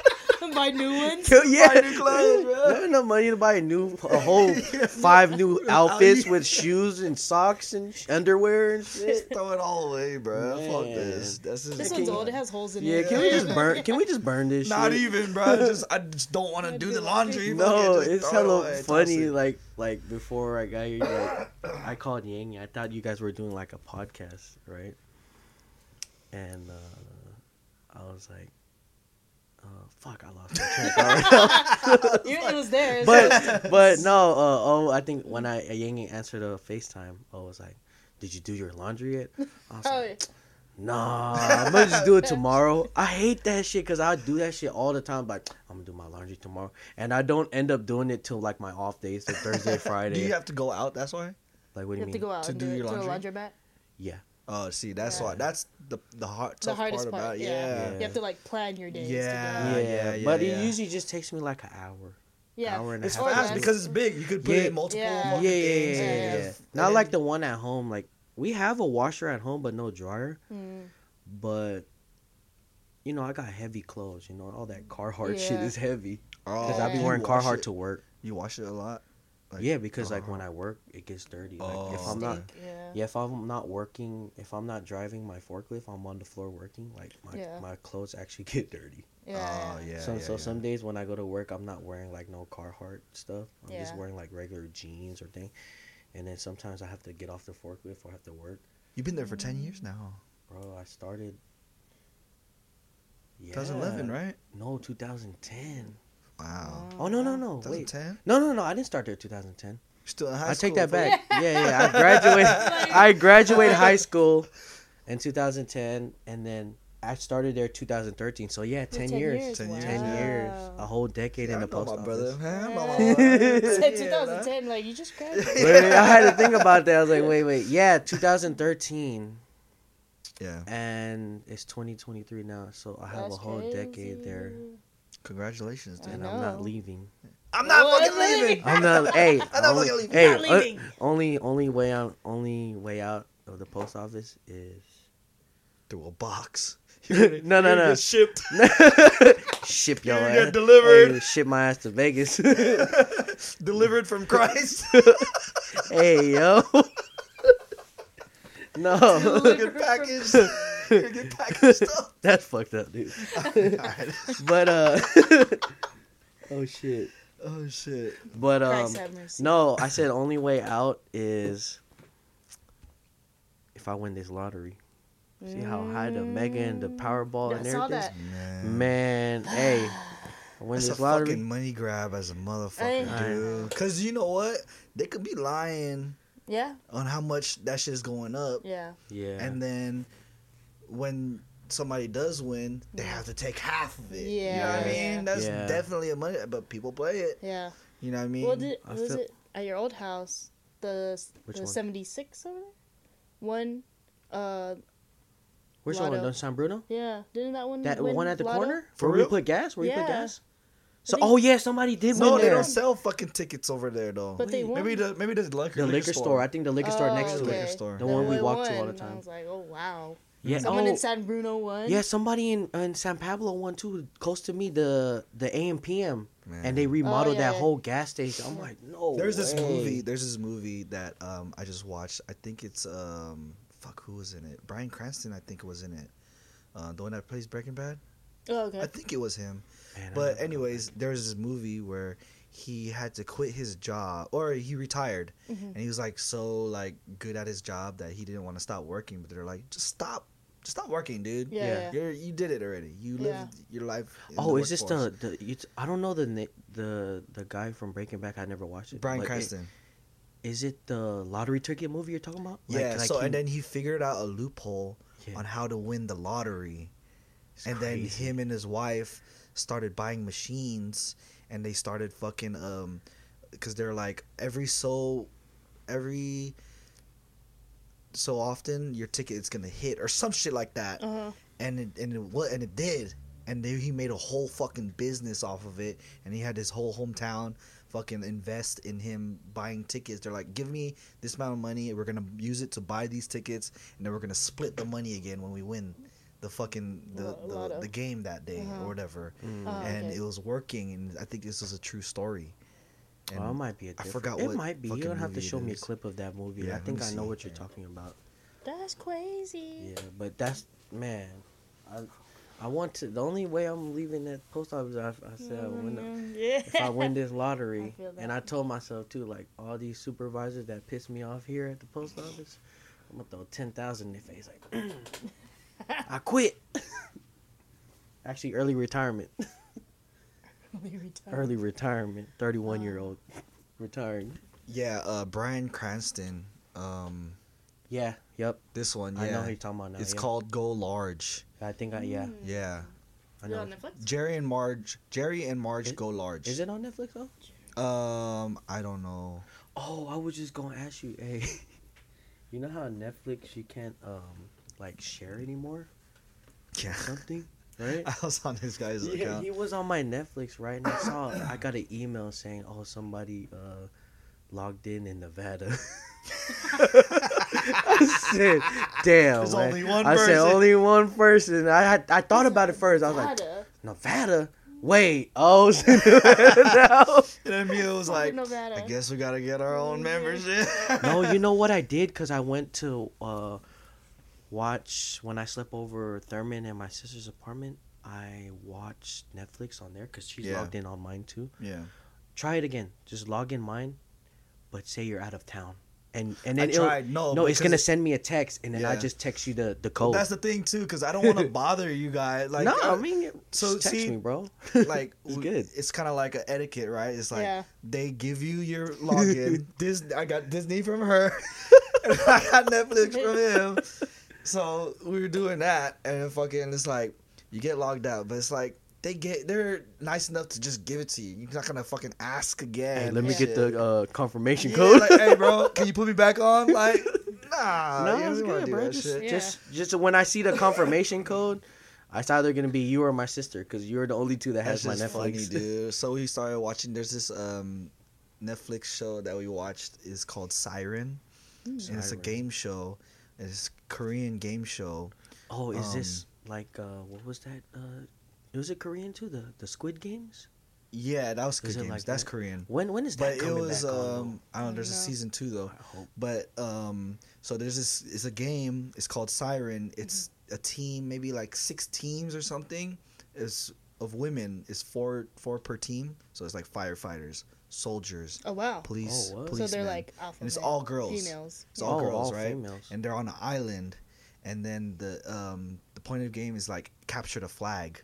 [SPEAKER 5] buy new ones.
[SPEAKER 3] Hell yeah,
[SPEAKER 4] Buy new clothes, bro.
[SPEAKER 3] Not enough money to buy a new, a whole five new outfits with shoes and socks and sh- underwear and shit.
[SPEAKER 4] throw it all away, bro. Fuck
[SPEAKER 3] Man.
[SPEAKER 4] this. That's just
[SPEAKER 5] This
[SPEAKER 3] Can
[SPEAKER 5] one's
[SPEAKER 3] you-
[SPEAKER 5] old. It has holes in
[SPEAKER 3] Yeah,
[SPEAKER 5] it.
[SPEAKER 3] can we just burn? Can we just burn this?
[SPEAKER 4] not
[SPEAKER 3] shit?
[SPEAKER 4] even, bro. I just I just don't want to do the laundry.
[SPEAKER 3] No,
[SPEAKER 4] Fuck it, just
[SPEAKER 3] it's
[SPEAKER 4] throw it
[SPEAKER 3] hella
[SPEAKER 4] away. Toss
[SPEAKER 3] funny.
[SPEAKER 4] it.
[SPEAKER 3] Like, like before I got here, like, I called Yang. I thought you guys were doing like a podcast, right? And uh, I was like, uh, "Fuck, I lost my track." already.
[SPEAKER 5] Yeah, it was there.
[SPEAKER 3] but, but no. Uh, oh, I think when I Yang answered a Facetime, I was like, "Did you do your laundry yet?" I was
[SPEAKER 5] oh,
[SPEAKER 3] like, Nah, I'm gonna just do it tomorrow. I hate that shit because I do that shit all the time. Like, I'm gonna do my laundry tomorrow, and I don't end up doing it till like my off days, so Thursday, Friday.
[SPEAKER 4] Do you have to go out? That's why.
[SPEAKER 3] like,
[SPEAKER 5] you
[SPEAKER 3] what do you,
[SPEAKER 5] have to
[SPEAKER 3] mean?
[SPEAKER 5] go out
[SPEAKER 4] To
[SPEAKER 5] and
[SPEAKER 4] do
[SPEAKER 5] do, it
[SPEAKER 4] your
[SPEAKER 5] to
[SPEAKER 4] laundry?
[SPEAKER 5] a laundromat.
[SPEAKER 3] Yeah,
[SPEAKER 4] Oh, see, that's
[SPEAKER 5] Yeah.
[SPEAKER 4] why. That's the the hard
[SPEAKER 5] The
[SPEAKER 4] tough
[SPEAKER 5] hardest part.
[SPEAKER 4] about it. Yeah.
[SPEAKER 5] yeah. You have to like plan your days.
[SPEAKER 4] Yeah.
[SPEAKER 5] To
[SPEAKER 3] yeah,
[SPEAKER 5] go out.
[SPEAKER 4] yeah, yeah,
[SPEAKER 3] But
[SPEAKER 4] yeah.
[SPEAKER 3] it usually just takes me like an hour.
[SPEAKER 5] yeah.
[SPEAKER 3] Hour and a
[SPEAKER 4] It's
[SPEAKER 3] half.
[SPEAKER 4] fast
[SPEAKER 5] Or
[SPEAKER 4] because it's big. You could put
[SPEAKER 3] Yeah.
[SPEAKER 4] in multiple.
[SPEAKER 5] Yeah.
[SPEAKER 4] fucking
[SPEAKER 3] Yeah, yeah, yeah,
[SPEAKER 4] things
[SPEAKER 3] yeah,
[SPEAKER 4] and
[SPEAKER 3] yeah,
[SPEAKER 4] just-
[SPEAKER 3] yeah.
[SPEAKER 4] and
[SPEAKER 3] Not
[SPEAKER 4] then-
[SPEAKER 3] like the one at home. Like, we have a washer at home, but no dryer.
[SPEAKER 5] Mm.
[SPEAKER 3] But you know, I got heavy clothes. You know, all that Carhartt shit
[SPEAKER 5] Yeah.
[SPEAKER 3] is heavy
[SPEAKER 4] Oh,
[SPEAKER 3] because I be
[SPEAKER 5] Yeah.
[SPEAKER 4] you
[SPEAKER 3] wearing
[SPEAKER 4] wash
[SPEAKER 3] Carhartt
[SPEAKER 4] it-
[SPEAKER 3] to work.
[SPEAKER 4] You wash it a lot. Like, uh-huh.
[SPEAKER 3] yeah, because like when I work, it gets dirty. Like if
[SPEAKER 4] Oh.
[SPEAKER 3] I'm not,
[SPEAKER 5] Stink, yeah.
[SPEAKER 3] yeah, if I'm not working, if I'm not driving my forklift, I'm on the floor working. Like my
[SPEAKER 5] Yeah.
[SPEAKER 3] my clothes actually get dirty.
[SPEAKER 5] Yeah.
[SPEAKER 4] Oh yeah.
[SPEAKER 3] so
[SPEAKER 4] yeah,
[SPEAKER 3] so
[SPEAKER 4] yeah.
[SPEAKER 3] some days when I go to work, I'm not wearing like no Carhartt stuff. I'm just
[SPEAKER 5] Yeah.
[SPEAKER 3] wearing like regular jeans or thing. And then sometimes I have to get off the forklift or have to work.
[SPEAKER 4] You've been there for ten years now.
[SPEAKER 3] Bro, I started. Yeah.
[SPEAKER 4] 2011, right?
[SPEAKER 3] No, 2010.
[SPEAKER 4] Wow.
[SPEAKER 3] Oh no no no wait.
[SPEAKER 4] 2010.
[SPEAKER 3] No no no, I din't start there 2010.
[SPEAKER 4] Still in high
[SPEAKER 3] I
[SPEAKER 4] school.
[SPEAKER 3] take that
[SPEAKER 4] fool.
[SPEAKER 3] back. Yeah, yeah. I graduated. I graduated high school in 2010, and then I started there 2013, so yeah, 10,
[SPEAKER 5] 10
[SPEAKER 3] years.
[SPEAKER 5] years,
[SPEAKER 3] 10
[SPEAKER 4] wow.
[SPEAKER 3] years. A whole decade in
[SPEAKER 4] I
[SPEAKER 3] the
[SPEAKER 4] know
[SPEAKER 3] post
[SPEAKER 4] my
[SPEAKER 3] office.
[SPEAKER 4] brother. man. I know my
[SPEAKER 5] Yeah.
[SPEAKER 4] brother.
[SPEAKER 5] Said
[SPEAKER 4] Yeah,
[SPEAKER 5] 2010, like you just graduated.
[SPEAKER 3] Literally, I had to think about that. I was like, wait, wait. Yeah, 2013,
[SPEAKER 4] Yeah.
[SPEAKER 3] and it's 2023 now, so I have
[SPEAKER 5] That's
[SPEAKER 3] a whole decade there,
[SPEAKER 5] crazy.
[SPEAKER 4] Congratulations, dude.
[SPEAKER 5] I
[SPEAKER 3] and
[SPEAKER 5] know.
[SPEAKER 3] I'm not leaving.
[SPEAKER 4] I'm not
[SPEAKER 5] What?
[SPEAKER 4] fucking leaving.
[SPEAKER 3] I'm not.
[SPEAKER 4] I'm
[SPEAKER 3] hey,
[SPEAKER 4] not
[SPEAKER 3] only,
[SPEAKER 4] fucking leaving.
[SPEAKER 3] hey,
[SPEAKER 5] You're not
[SPEAKER 3] uh,
[SPEAKER 5] leaving.
[SPEAKER 3] only only way out only way out of the post office is
[SPEAKER 4] Through a box.
[SPEAKER 3] No, no,
[SPEAKER 4] You're
[SPEAKER 3] no.
[SPEAKER 4] just Shipped.
[SPEAKER 3] ship your
[SPEAKER 4] You
[SPEAKER 3] ass.
[SPEAKER 4] get delivered.
[SPEAKER 3] Or you ship my ass to Vegas.
[SPEAKER 4] Delivered from Christ.
[SPEAKER 3] hey yo. no,
[SPEAKER 4] you get packaged. You get packaged up.
[SPEAKER 3] that's fucked up, dude.
[SPEAKER 4] Alright.
[SPEAKER 3] But uh. oh shit.
[SPEAKER 4] Oh shit.
[SPEAKER 3] But um.
[SPEAKER 5] Christ have mercy.
[SPEAKER 3] No, I said only way out is if I win this lottery. See how high the mega and the Powerball
[SPEAKER 5] Yeah,
[SPEAKER 3] and
[SPEAKER 5] Mm. I saw
[SPEAKER 3] everything.
[SPEAKER 5] that.
[SPEAKER 4] Man.
[SPEAKER 3] Man, hey, I win
[SPEAKER 4] That's
[SPEAKER 3] this
[SPEAKER 4] a
[SPEAKER 3] lottery.
[SPEAKER 4] fucking money grab as a motherfucker,
[SPEAKER 5] Ay.
[SPEAKER 4] dude. Cause you know what? They could be lying
[SPEAKER 5] Mm. Yeah,
[SPEAKER 4] on how much that shit's going up,
[SPEAKER 5] yeah.
[SPEAKER 3] Yeah.
[SPEAKER 4] and then when somebody does win, they have to take half of it. You know what I
[SPEAKER 5] Yeah.
[SPEAKER 4] mean? That's
[SPEAKER 3] Yeah.
[SPEAKER 4] definitely a money, but people play it.
[SPEAKER 5] Yeah.
[SPEAKER 4] You know what I mean?
[SPEAKER 5] Well, did,
[SPEAKER 3] I
[SPEAKER 5] was
[SPEAKER 3] feel-
[SPEAKER 5] it at your old house? The
[SPEAKER 3] Which
[SPEAKER 5] the
[SPEAKER 3] one?
[SPEAKER 5] seventy six over there. One, uh,
[SPEAKER 3] Which one?
[SPEAKER 5] Lotto.
[SPEAKER 3] No, San Bruno?
[SPEAKER 5] yeah. Didn't that one?
[SPEAKER 3] That
[SPEAKER 5] win
[SPEAKER 3] one at the
[SPEAKER 5] Lotto?
[SPEAKER 3] corner?
[SPEAKER 4] For
[SPEAKER 3] where
[SPEAKER 4] real?
[SPEAKER 3] we put gas? Where you
[SPEAKER 5] Yeah.
[SPEAKER 3] put gas? So,
[SPEAKER 5] think-
[SPEAKER 3] oh yeah, somebody did
[SPEAKER 4] no, they
[SPEAKER 3] win there.
[SPEAKER 4] don't sell fucking tickets over there though.
[SPEAKER 5] But they
[SPEAKER 4] Maybe
[SPEAKER 5] won.
[SPEAKER 4] the maybe the liquor
[SPEAKER 3] the liquor store. I think the liquor store
[SPEAKER 5] Oh,
[SPEAKER 3] next to
[SPEAKER 4] The
[SPEAKER 3] it.
[SPEAKER 4] liquor store.
[SPEAKER 3] The one we
[SPEAKER 5] I
[SPEAKER 3] walk to all the
[SPEAKER 5] won. I
[SPEAKER 3] time.
[SPEAKER 5] was like, oh wow.
[SPEAKER 3] Yeah.
[SPEAKER 5] Someone
[SPEAKER 3] oh,
[SPEAKER 5] in San Bruno won.
[SPEAKER 3] yeah. Somebody in, in San Pablo won too, close to me. The the AM PM.
[SPEAKER 4] Man.
[SPEAKER 3] and they remodeled
[SPEAKER 5] Oh, yeah,
[SPEAKER 3] that
[SPEAKER 5] yeah.
[SPEAKER 3] whole gas station. I'm like, no.
[SPEAKER 4] Mm. There's this
[SPEAKER 3] way.
[SPEAKER 4] movie. There's this movie that um, I just watched. I think it's um, fuck who was in it? Brian Cranston, I think was in it. Uh, the one that plays Breaking Bad.
[SPEAKER 5] Oh, okay.
[SPEAKER 4] I think it was him.
[SPEAKER 3] Man, I
[SPEAKER 4] But
[SPEAKER 3] don't know.
[SPEAKER 4] anyways, there was this movie where he had to quit his job or he retired, and he was like so like good at his job that he didn't want to stop working. But they're like, just stop, just stop working, dude.
[SPEAKER 5] Yeah,
[SPEAKER 3] yeah.
[SPEAKER 5] yeah.
[SPEAKER 4] You're, you did it already. You lived your life. in
[SPEAKER 3] oh, is this
[SPEAKER 4] workforce."
[SPEAKER 3] the the? You I don't know the na- the the guy from Breaking Back. I never watched it.
[SPEAKER 4] Brian
[SPEAKER 3] but it-
[SPEAKER 4] Cranston?
[SPEAKER 3] Is it the lottery ticket movie you're talking about? Like-
[SPEAKER 4] yeah.
[SPEAKER 3] like
[SPEAKER 4] so
[SPEAKER 3] he-
[SPEAKER 4] and then he figured out a loophole
[SPEAKER 3] Yeah.
[SPEAKER 4] on how to win the lottery,
[SPEAKER 3] it's
[SPEAKER 4] and
[SPEAKER 3] crazy.
[SPEAKER 4] then him and his wife started buying machines, and they started fucking um, because they're like every so, every so often your ticket is gonna hit or some shit like that,
[SPEAKER 5] Uh-huh.
[SPEAKER 4] and it, and it what and it did, and then he made a whole fucking business off of it, and he had his whole hometown fucking invest in him buying tickets. They're like, give me this amount of money, and we're gonna use it to buy these tickets, and then we're gonna split the money again when we win the fucking the
[SPEAKER 5] Lo-
[SPEAKER 4] the,
[SPEAKER 5] lotto.
[SPEAKER 4] the game that day
[SPEAKER 5] Uh-huh.
[SPEAKER 4] or whatever.
[SPEAKER 3] Mm.
[SPEAKER 5] Oh,
[SPEAKER 4] Mm, and
[SPEAKER 5] okay.
[SPEAKER 4] it was working, and I think this was a true story. And
[SPEAKER 3] Oh, it might be. A different,
[SPEAKER 4] forgot
[SPEAKER 3] It
[SPEAKER 4] what
[SPEAKER 3] might be. You
[SPEAKER 4] fucking
[SPEAKER 3] don't have to
[SPEAKER 4] movie it
[SPEAKER 3] show me a
[SPEAKER 4] is.
[SPEAKER 3] clip of that movie.
[SPEAKER 4] Yeah,
[SPEAKER 3] I
[SPEAKER 4] let
[SPEAKER 3] think
[SPEAKER 4] me
[SPEAKER 3] I know
[SPEAKER 4] see.
[SPEAKER 3] what you're
[SPEAKER 4] Yeah.
[SPEAKER 3] talking about.
[SPEAKER 5] That's crazy.
[SPEAKER 3] Yeah, but that's man. I I want to. The only way I'm leaving that post office, I, I said, I went up.
[SPEAKER 5] Yeah.
[SPEAKER 3] if I win this
[SPEAKER 5] I
[SPEAKER 3] lottery,
[SPEAKER 5] feel that.
[SPEAKER 3] and I told myself too, like all these supervisors that piss me off here at the post office, I'm gonna throw ten thousand in their face. Like, I quit. Actually, early retirement. Early retirement. Thirty-one
[SPEAKER 5] Oh.
[SPEAKER 3] year old retired.
[SPEAKER 4] Yeah, uh, Brian Cranston. Um,
[SPEAKER 3] Yeah. Yep.
[SPEAKER 4] this one, yeah,
[SPEAKER 3] I know who you're talking about now.
[SPEAKER 4] it's
[SPEAKER 3] yeah.
[SPEAKER 4] called Go Large.
[SPEAKER 3] I think I yeah.
[SPEAKER 4] Yeah,
[SPEAKER 3] I
[SPEAKER 5] Is it
[SPEAKER 3] know.
[SPEAKER 5] Mm. on Netflix?
[SPEAKER 4] Jerry and Marge. Jerry and Marge
[SPEAKER 3] Is-
[SPEAKER 4] Go Large.
[SPEAKER 3] Is it on Netflix though?
[SPEAKER 4] Um, I don't know.
[SPEAKER 3] Oh, I was just gonna ask you. Hey, you know how Netflix you can't um like share anymore
[SPEAKER 4] Yeah,
[SPEAKER 3] something, right? uh,
[SPEAKER 4] I was on this guy's
[SPEAKER 3] Yeah,
[SPEAKER 4] account.
[SPEAKER 3] he was on my Netflix, right? And I saw I got an email saying, "Oh, somebody uh, logged in in Nevada." I said, "Damn!"
[SPEAKER 4] There's
[SPEAKER 3] man."
[SPEAKER 4] only one
[SPEAKER 3] I said,
[SPEAKER 4] person.
[SPEAKER 3] "Only one person." I had I thought about it first. I was like,
[SPEAKER 5] Nevada.
[SPEAKER 3] "Nevada? Wait, oh, it's in Nevada
[SPEAKER 4] And then Mia was like,
[SPEAKER 5] Nevada.
[SPEAKER 4] I guess we gotta get our own membership.
[SPEAKER 3] now." no." You know what I did? Because I went to uh, watch when I slept over Thurman at my sister's apartment. I watched Netflix on there because she's
[SPEAKER 4] Yeah.
[SPEAKER 3] logged in on mine too.
[SPEAKER 4] yeah.
[SPEAKER 3] try it again. Just log in mine, but say you're out of town, and and
[SPEAKER 4] I
[SPEAKER 3] then it'll-
[SPEAKER 4] tried, no,
[SPEAKER 3] no, it's
[SPEAKER 4] because
[SPEAKER 3] gonna
[SPEAKER 4] it-
[SPEAKER 3] send me a text, and then I
[SPEAKER 4] Yeah.
[SPEAKER 3] just text you the the code.
[SPEAKER 4] That's the thing too, because I don't want to bother you guys. Like,
[SPEAKER 3] no,
[SPEAKER 4] uh,
[SPEAKER 3] I mean,
[SPEAKER 4] so
[SPEAKER 3] so text
[SPEAKER 4] see-
[SPEAKER 3] me, bro.
[SPEAKER 4] like
[SPEAKER 3] it's
[SPEAKER 4] we-
[SPEAKER 3] good.
[SPEAKER 4] It's kind of like an etiquette, right? It's like
[SPEAKER 5] Yeah.
[SPEAKER 4] they give you your login. Dis I got Disney from her. and I got Netflix from him. so we were doing that, and then fucking, it's like you get logged out, but it's like they get they're nice enough to just give it to you. You're not gonna fucking ask again.
[SPEAKER 3] Hey, let me
[SPEAKER 5] Yeah.
[SPEAKER 3] get the uh, confirmation
[SPEAKER 4] Yeah,
[SPEAKER 3] code.
[SPEAKER 4] like, hey, bro, can you put me back on? Like, nah,
[SPEAKER 3] No,
[SPEAKER 4] yeah,
[SPEAKER 3] it's
[SPEAKER 4] we wanna
[SPEAKER 3] good,
[SPEAKER 4] do
[SPEAKER 3] bro.
[SPEAKER 4] that
[SPEAKER 3] Just,
[SPEAKER 4] shit.
[SPEAKER 5] Yeah.
[SPEAKER 3] just, just when I see the confirmation code, it's either gonna be you or my sister because you're the only two that has
[SPEAKER 4] That's
[SPEAKER 3] my
[SPEAKER 4] just funny,
[SPEAKER 3] Netflix.
[SPEAKER 4] dude. So we started watching. There's this um, Netflix show that we watched is called Siren, and it's a
[SPEAKER 3] Hmm. Siren.
[SPEAKER 4] game show. and It's Korean game show.
[SPEAKER 3] Oh, is
[SPEAKER 4] Um,
[SPEAKER 3] this like uh, what was that? Uh, was it Korean too? The the Squid Games.
[SPEAKER 4] Yeah, that was good
[SPEAKER 3] Is it
[SPEAKER 4] games.
[SPEAKER 3] like
[SPEAKER 4] That's
[SPEAKER 3] that?
[SPEAKER 4] Korean.
[SPEAKER 3] When when is
[SPEAKER 4] But
[SPEAKER 3] that
[SPEAKER 4] it
[SPEAKER 3] coming
[SPEAKER 4] was
[SPEAKER 3] back? on,
[SPEAKER 4] um, I don't know. There's a
[SPEAKER 5] No.
[SPEAKER 4] season two
[SPEAKER 3] though?
[SPEAKER 4] though.
[SPEAKER 3] I hope.
[SPEAKER 4] But um, so there's this. It's a game. It's called Siren. It's a
[SPEAKER 3] Mm-hmm.
[SPEAKER 4] team, maybe like six teams or something. Is of women. It's four four per team. So it's like firefighters, soldiers,
[SPEAKER 5] Oh wow.
[SPEAKER 4] police,
[SPEAKER 3] Oh, what? So
[SPEAKER 5] So
[SPEAKER 4] policemen.
[SPEAKER 5] they're like alpha.
[SPEAKER 4] And it's
[SPEAKER 5] men,
[SPEAKER 4] all girls.
[SPEAKER 5] Females.
[SPEAKER 4] It's all
[SPEAKER 3] Oh,
[SPEAKER 4] girls,
[SPEAKER 3] all
[SPEAKER 4] right?
[SPEAKER 3] females.
[SPEAKER 4] And they're on an island, and then the um the point of the game is like capture the flag,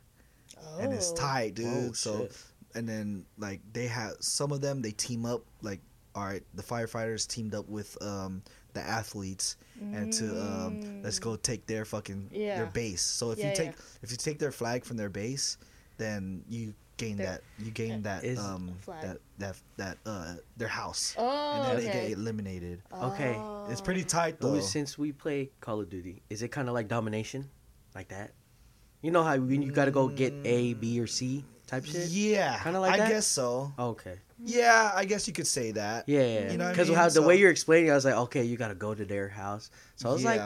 [SPEAKER 5] Oh.
[SPEAKER 4] and it's tied, dude.
[SPEAKER 3] Oh,
[SPEAKER 4] so
[SPEAKER 3] shit.
[SPEAKER 4] and then like they have some of them they team up like all right the firefighters teamed up with um the athletes and to um let's go take their fucking
[SPEAKER 5] Yeah.
[SPEAKER 4] their base so if
[SPEAKER 5] Yeah,
[SPEAKER 4] you
[SPEAKER 5] yeah.
[SPEAKER 4] take if you take their flag from their base then you gain
[SPEAKER 5] Their-
[SPEAKER 4] that you gain that
[SPEAKER 3] Is-
[SPEAKER 4] um
[SPEAKER 5] Flag.
[SPEAKER 4] that that that uh their house
[SPEAKER 5] Oh.
[SPEAKER 4] and then they
[SPEAKER 5] okay. Oh.
[SPEAKER 4] get eliminated
[SPEAKER 3] Okay.
[SPEAKER 4] it's pretty tight though
[SPEAKER 3] Louis, since we play Call of Duty, is it kind of like domination, like that? You know how when you gotta go get A, B, or C type shit.
[SPEAKER 4] yeah
[SPEAKER 3] Kinda like
[SPEAKER 4] i
[SPEAKER 3] that?
[SPEAKER 4] guess so
[SPEAKER 3] Okay.
[SPEAKER 4] yeah i guess you could say that
[SPEAKER 3] Yeah, yeah.
[SPEAKER 4] You know what I
[SPEAKER 3] Because
[SPEAKER 4] mean?
[SPEAKER 3] how the way
[SPEAKER 4] So-
[SPEAKER 3] you're explaining, it, I was like, okay, you gotta go to their house. So I was
[SPEAKER 4] Yeah.
[SPEAKER 3] like,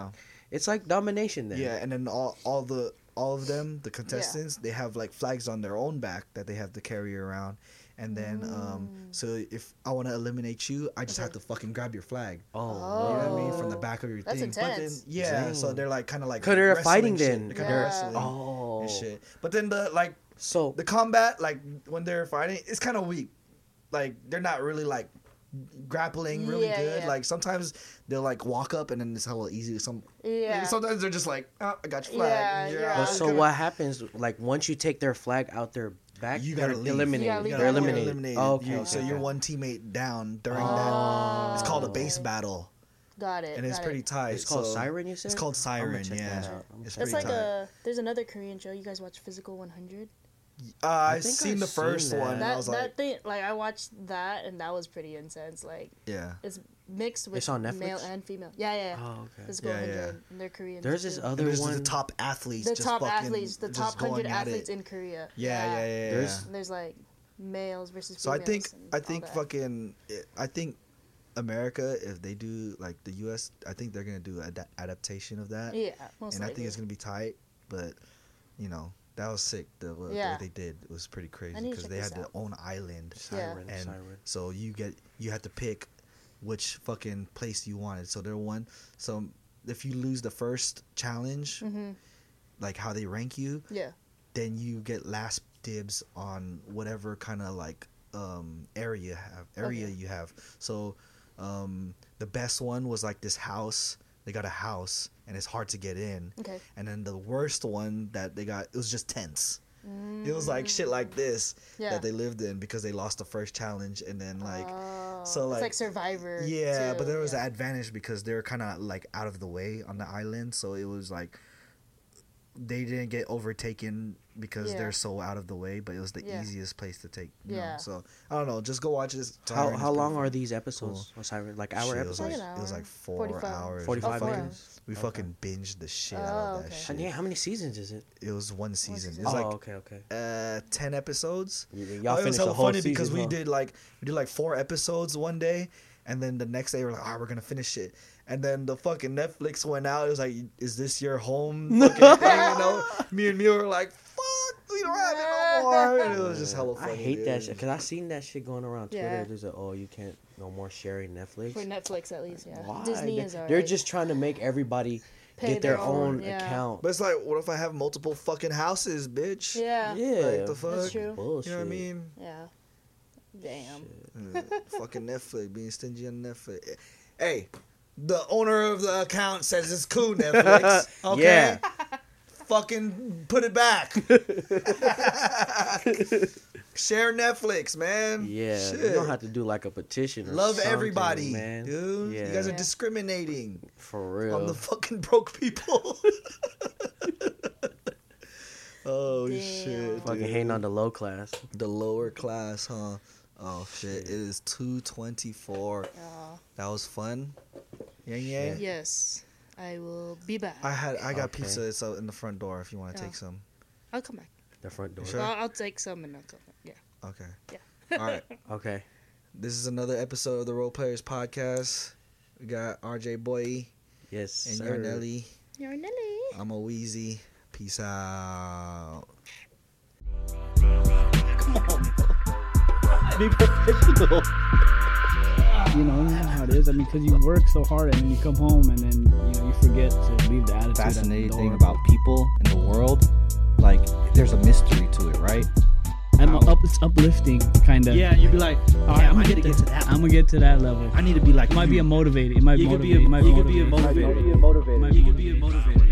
[SPEAKER 3] it's like domination then.
[SPEAKER 4] Yeah, and then all all the all of them, the contestants, they have like flags on their own back that they have to carry around. And then um so if I want to eliminate you, I just have to fucking grab your flag.
[SPEAKER 3] Oh.
[SPEAKER 4] You know
[SPEAKER 5] Oh.
[SPEAKER 4] what I mean? From the back of your
[SPEAKER 5] That's
[SPEAKER 4] thing. But then,
[SPEAKER 5] intense.
[SPEAKER 4] yeah,
[SPEAKER 3] Dang.
[SPEAKER 4] so they're like kind of like
[SPEAKER 3] Cause they're
[SPEAKER 4] wrestling
[SPEAKER 3] fighting
[SPEAKER 4] shit.
[SPEAKER 3] then.
[SPEAKER 4] They're kind of
[SPEAKER 5] Yeah.
[SPEAKER 4] wrestling.
[SPEAKER 3] Oh.
[SPEAKER 4] And shit. But then the like
[SPEAKER 3] So
[SPEAKER 4] the combat like when they're fighting, it's kind of weak. Like they're not really like grappling really
[SPEAKER 5] Yeah,
[SPEAKER 4] good.
[SPEAKER 5] yeah.
[SPEAKER 4] Like sometimes they'll like walk up and then it's a little easy. Some
[SPEAKER 5] Yeah.
[SPEAKER 4] Sometimes they're just like, oh, I got your
[SPEAKER 5] Yeah,
[SPEAKER 4] flag.
[SPEAKER 5] you're
[SPEAKER 3] But
[SPEAKER 5] out.
[SPEAKER 4] out.
[SPEAKER 3] so what happens? Like once you take their flag out their back,
[SPEAKER 4] You
[SPEAKER 3] they're
[SPEAKER 4] gotta leave.
[SPEAKER 3] eliminated.
[SPEAKER 5] You gotta leave
[SPEAKER 3] They're
[SPEAKER 5] that
[SPEAKER 3] eliminated. Oh, okay,
[SPEAKER 4] You-
[SPEAKER 3] okay,
[SPEAKER 4] So your
[SPEAKER 3] okay.
[SPEAKER 4] one teammate down during
[SPEAKER 5] Oh.
[SPEAKER 4] that. It's called a base battle,
[SPEAKER 5] Got it.
[SPEAKER 4] and it's
[SPEAKER 5] got
[SPEAKER 4] pretty
[SPEAKER 5] It.
[SPEAKER 4] tight.
[SPEAKER 3] It's called
[SPEAKER 4] so-
[SPEAKER 3] Siren. You said
[SPEAKER 4] It's called
[SPEAKER 3] I'm gonna
[SPEAKER 4] Siren.
[SPEAKER 3] check that
[SPEAKER 4] Yeah,
[SPEAKER 3] out. I'm
[SPEAKER 4] it's
[SPEAKER 3] gonna
[SPEAKER 5] That's
[SPEAKER 4] pretty
[SPEAKER 5] like
[SPEAKER 4] tight.
[SPEAKER 5] a. There's another Korean show. You guys watch Physical 100?
[SPEAKER 4] Uh, I've
[SPEAKER 3] think
[SPEAKER 4] seen
[SPEAKER 3] I've
[SPEAKER 4] the
[SPEAKER 3] seen
[SPEAKER 4] first
[SPEAKER 3] that.
[SPEAKER 4] one. and I
[SPEAKER 5] that
[SPEAKER 4] was
[SPEAKER 5] that
[SPEAKER 4] like,
[SPEAKER 5] thing. Like I watched that, and that was pretty intense. Like
[SPEAKER 4] yeah.
[SPEAKER 5] it's mixed with
[SPEAKER 3] It's on
[SPEAKER 5] male
[SPEAKER 3] Netflix?
[SPEAKER 5] and female. Yeah, yeah. yeah.
[SPEAKER 3] Oh, okay.
[SPEAKER 5] Physical
[SPEAKER 4] Yeah,
[SPEAKER 5] 100.
[SPEAKER 4] yeah.
[SPEAKER 5] And they're Korean.
[SPEAKER 3] There's
[SPEAKER 5] too.
[SPEAKER 3] this
[SPEAKER 4] And
[SPEAKER 3] other
[SPEAKER 4] there's
[SPEAKER 3] one.
[SPEAKER 4] the top athletes.
[SPEAKER 5] the
[SPEAKER 4] just
[SPEAKER 5] top
[SPEAKER 4] fucking
[SPEAKER 5] athletes, the
[SPEAKER 4] just
[SPEAKER 5] top
[SPEAKER 4] going
[SPEAKER 5] 100
[SPEAKER 4] at it.
[SPEAKER 5] athletes in Korea.
[SPEAKER 4] Yeah, yeah, yeah. yeah,
[SPEAKER 3] There's-
[SPEAKER 4] yeah.
[SPEAKER 5] There's like males versus
[SPEAKER 4] So I
[SPEAKER 5] females.
[SPEAKER 4] think
[SPEAKER 5] and
[SPEAKER 4] I
[SPEAKER 5] all
[SPEAKER 4] think
[SPEAKER 5] that.
[SPEAKER 4] fucking I think America, if they do like the U.S., I think they're gonna do an ad- adaptation of that.
[SPEAKER 5] Yeah, most
[SPEAKER 4] and I think
[SPEAKER 5] likely.
[SPEAKER 4] it's gonna be tight. But you know, that was sick. The what
[SPEAKER 5] Yeah.
[SPEAKER 4] they did was pretty crazy
[SPEAKER 5] need to
[SPEAKER 4] because
[SPEAKER 5] check
[SPEAKER 4] they
[SPEAKER 5] this
[SPEAKER 4] had their
[SPEAKER 5] out.
[SPEAKER 4] own island,
[SPEAKER 3] Siren.
[SPEAKER 4] and
[SPEAKER 3] Siren.
[SPEAKER 4] so you get you had to pick which fucking place you wanted. So they're one. So if you lose the first challenge,
[SPEAKER 5] Mhm.
[SPEAKER 4] like how they rank you,
[SPEAKER 5] Yeah.
[SPEAKER 4] then you get last dibs on whatever kind of like um area have area
[SPEAKER 5] Okay.
[SPEAKER 4] you have. So um the best one was like this house. They got a house and it's hard to get in.
[SPEAKER 5] Okay.
[SPEAKER 4] And then the worst one that they got it was just tents. It was like shit like this
[SPEAKER 5] Mm. Yeah.
[SPEAKER 4] that they lived in because they lost the first challenge and then like
[SPEAKER 5] Oh,
[SPEAKER 4] so,
[SPEAKER 5] it's
[SPEAKER 4] like-
[SPEAKER 5] like Survivor.
[SPEAKER 4] yeah,
[SPEAKER 5] too,
[SPEAKER 4] but there was
[SPEAKER 5] yeah.
[SPEAKER 4] an advantage because they were kind of like out of the way on the island, so it was like they didn't get overtaken because
[SPEAKER 5] Yeah.
[SPEAKER 4] they're so out of the way. But it was the
[SPEAKER 5] Yeah.
[SPEAKER 4] easiest place to take. You
[SPEAKER 5] Yeah.
[SPEAKER 4] Know? So I don't know. Just go watch this.
[SPEAKER 3] How how long are these episodes? Or Siren? Like hour
[SPEAKER 4] Shit, it was like, it
[SPEAKER 5] Like
[SPEAKER 3] episodes?
[SPEAKER 5] an
[SPEAKER 4] was
[SPEAKER 5] hour.
[SPEAKER 4] like four
[SPEAKER 5] 45.
[SPEAKER 4] hours.
[SPEAKER 3] Forty five
[SPEAKER 5] Oh, four
[SPEAKER 3] minutes.
[SPEAKER 4] We
[SPEAKER 3] Okay.
[SPEAKER 4] fucking binged the shit out of
[SPEAKER 5] Oh,
[SPEAKER 4] that
[SPEAKER 5] okay.
[SPEAKER 4] shit.
[SPEAKER 3] And yeah, how many seasons is it?
[SPEAKER 4] It was one season. It
[SPEAKER 5] season?
[SPEAKER 4] was
[SPEAKER 3] oh,
[SPEAKER 4] like
[SPEAKER 3] okay, okay.
[SPEAKER 4] uh, ten episodes.
[SPEAKER 3] Y- y'all
[SPEAKER 4] Oh, it was
[SPEAKER 3] finished
[SPEAKER 4] so
[SPEAKER 3] the whole
[SPEAKER 4] funny because
[SPEAKER 3] season,
[SPEAKER 4] we
[SPEAKER 3] huh?
[SPEAKER 4] did like we did like four episodes one day, and then the next day we're like, ah, we're gonna finish it. And then the fucking Netflix went out. It was like, is this your home? Fucking thing? You know, me and me were like, fuck, we don't have it no more. And it was just hella funny.
[SPEAKER 3] I hate that
[SPEAKER 4] dude.
[SPEAKER 3] shit because I seen that shit going around Twitter.
[SPEAKER 5] Yeah.
[SPEAKER 3] There's a oh you can't no more sharing Netflix.
[SPEAKER 5] For Netflix, at least, yeah.
[SPEAKER 3] Why?
[SPEAKER 5] Disney
[SPEAKER 3] They-
[SPEAKER 5] is
[SPEAKER 3] They're
[SPEAKER 5] alright.
[SPEAKER 3] just trying to make everybody
[SPEAKER 5] Pay
[SPEAKER 3] get their,
[SPEAKER 5] their
[SPEAKER 3] own,
[SPEAKER 5] own, yeah.
[SPEAKER 3] account.
[SPEAKER 4] But it's like, what if I have multiple fucking houses, bitch?
[SPEAKER 5] Yeah.
[SPEAKER 3] yeah,
[SPEAKER 4] Like the fuck.
[SPEAKER 5] true.
[SPEAKER 3] Bullshit.
[SPEAKER 4] You know what I mean?
[SPEAKER 5] Yeah. Damn.
[SPEAKER 4] Uh, fucking Netflix being stingy on Netflix. Hey, the owner of the account says it's cool Netflix. Okay.
[SPEAKER 3] Yeah.
[SPEAKER 4] Fucking put it back. Share Netflix, man.
[SPEAKER 3] Yeah,
[SPEAKER 4] Shit.
[SPEAKER 3] you don't have to do like a petition. Or
[SPEAKER 4] Love
[SPEAKER 3] something,
[SPEAKER 4] everybody,
[SPEAKER 3] man.
[SPEAKER 4] dude.
[SPEAKER 3] Yeah,
[SPEAKER 4] You guys are
[SPEAKER 5] Yeah.
[SPEAKER 4] discriminating
[SPEAKER 3] for real.
[SPEAKER 4] on the fucking broke people. oh
[SPEAKER 5] Damn.
[SPEAKER 4] shit!
[SPEAKER 3] fucking
[SPEAKER 4] dude.
[SPEAKER 3] hating on the low class.
[SPEAKER 4] the lower class, huh? Oh shit! It is two twenty four.
[SPEAKER 5] Aw.
[SPEAKER 4] That was fun. Yang
[SPEAKER 3] Shit.
[SPEAKER 4] yang.
[SPEAKER 5] yes, I will be back.
[SPEAKER 4] I had I got
[SPEAKER 3] Okay.
[SPEAKER 4] pizza. It's out in the front door. If you want to
[SPEAKER 5] Oh.
[SPEAKER 4] take some.
[SPEAKER 5] I'll come back.
[SPEAKER 3] The front door.
[SPEAKER 4] Sure.
[SPEAKER 5] Well, I'll take some and I'll come back. Yeah.
[SPEAKER 4] Okay.
[SPEAKER 5] Yeah.
[SPEAKER 4] All right.
[SPEAKER 3] Okay.
[SPEAKER 4] This is another episode of the Role Players Podcast. We got RJ Boy
[SPEAKER 3] Yes.
[SPEAKER 4] and
[SPEAKER 3] sir.
[SPEAKER 4] your Nelly.
[SPEAKER 5] You're Nelly.
[SPEAKER 4] I'm a Wheezy. Peace out.
[SPEAKER 1] Be professional.
[SPEAKER 2] You know, you know how it is. I mean, because you work so hard and then you come home and then you know you forget to leave the attitude. at the
[SPEAKER 1] Fascinating thing
[SPEAKER 2] door.
[SPEAKER 1] about people in the world, like there's a mystery to it, right?
[SPEAKER 2] I'm up, it's uplifting, kind of.
[SPEAKER 6] Yeah, you'd be like,
[SPEAKER 2] All right, I'm
[SPEAKER 6] I
[SPEAKER 2] gonna get,
[SPEAKER 6] need to get
[SPEAKER 2] to
[SPEAKER 6] to
[SPEAKER 2] that.
[SPEAKER 6] that
[SPEAKER 2] I'm gonna get to that level.
[SPEAKER 6] I need to be like
[SPEAKER 2] It might be a motivated. It might
[SPEAKER 6] You could
[SPEAKER 2] motivate.
[SPEAKER 6] be a
[SPEAKER 2] it might
[SPEAKER 6] you could be a
[SPEAKER 2] motivate.
[SPEAKER 6] motivator.
[SPEAKER 1] motivator.
[SPEAKER 6] You could be a motivator.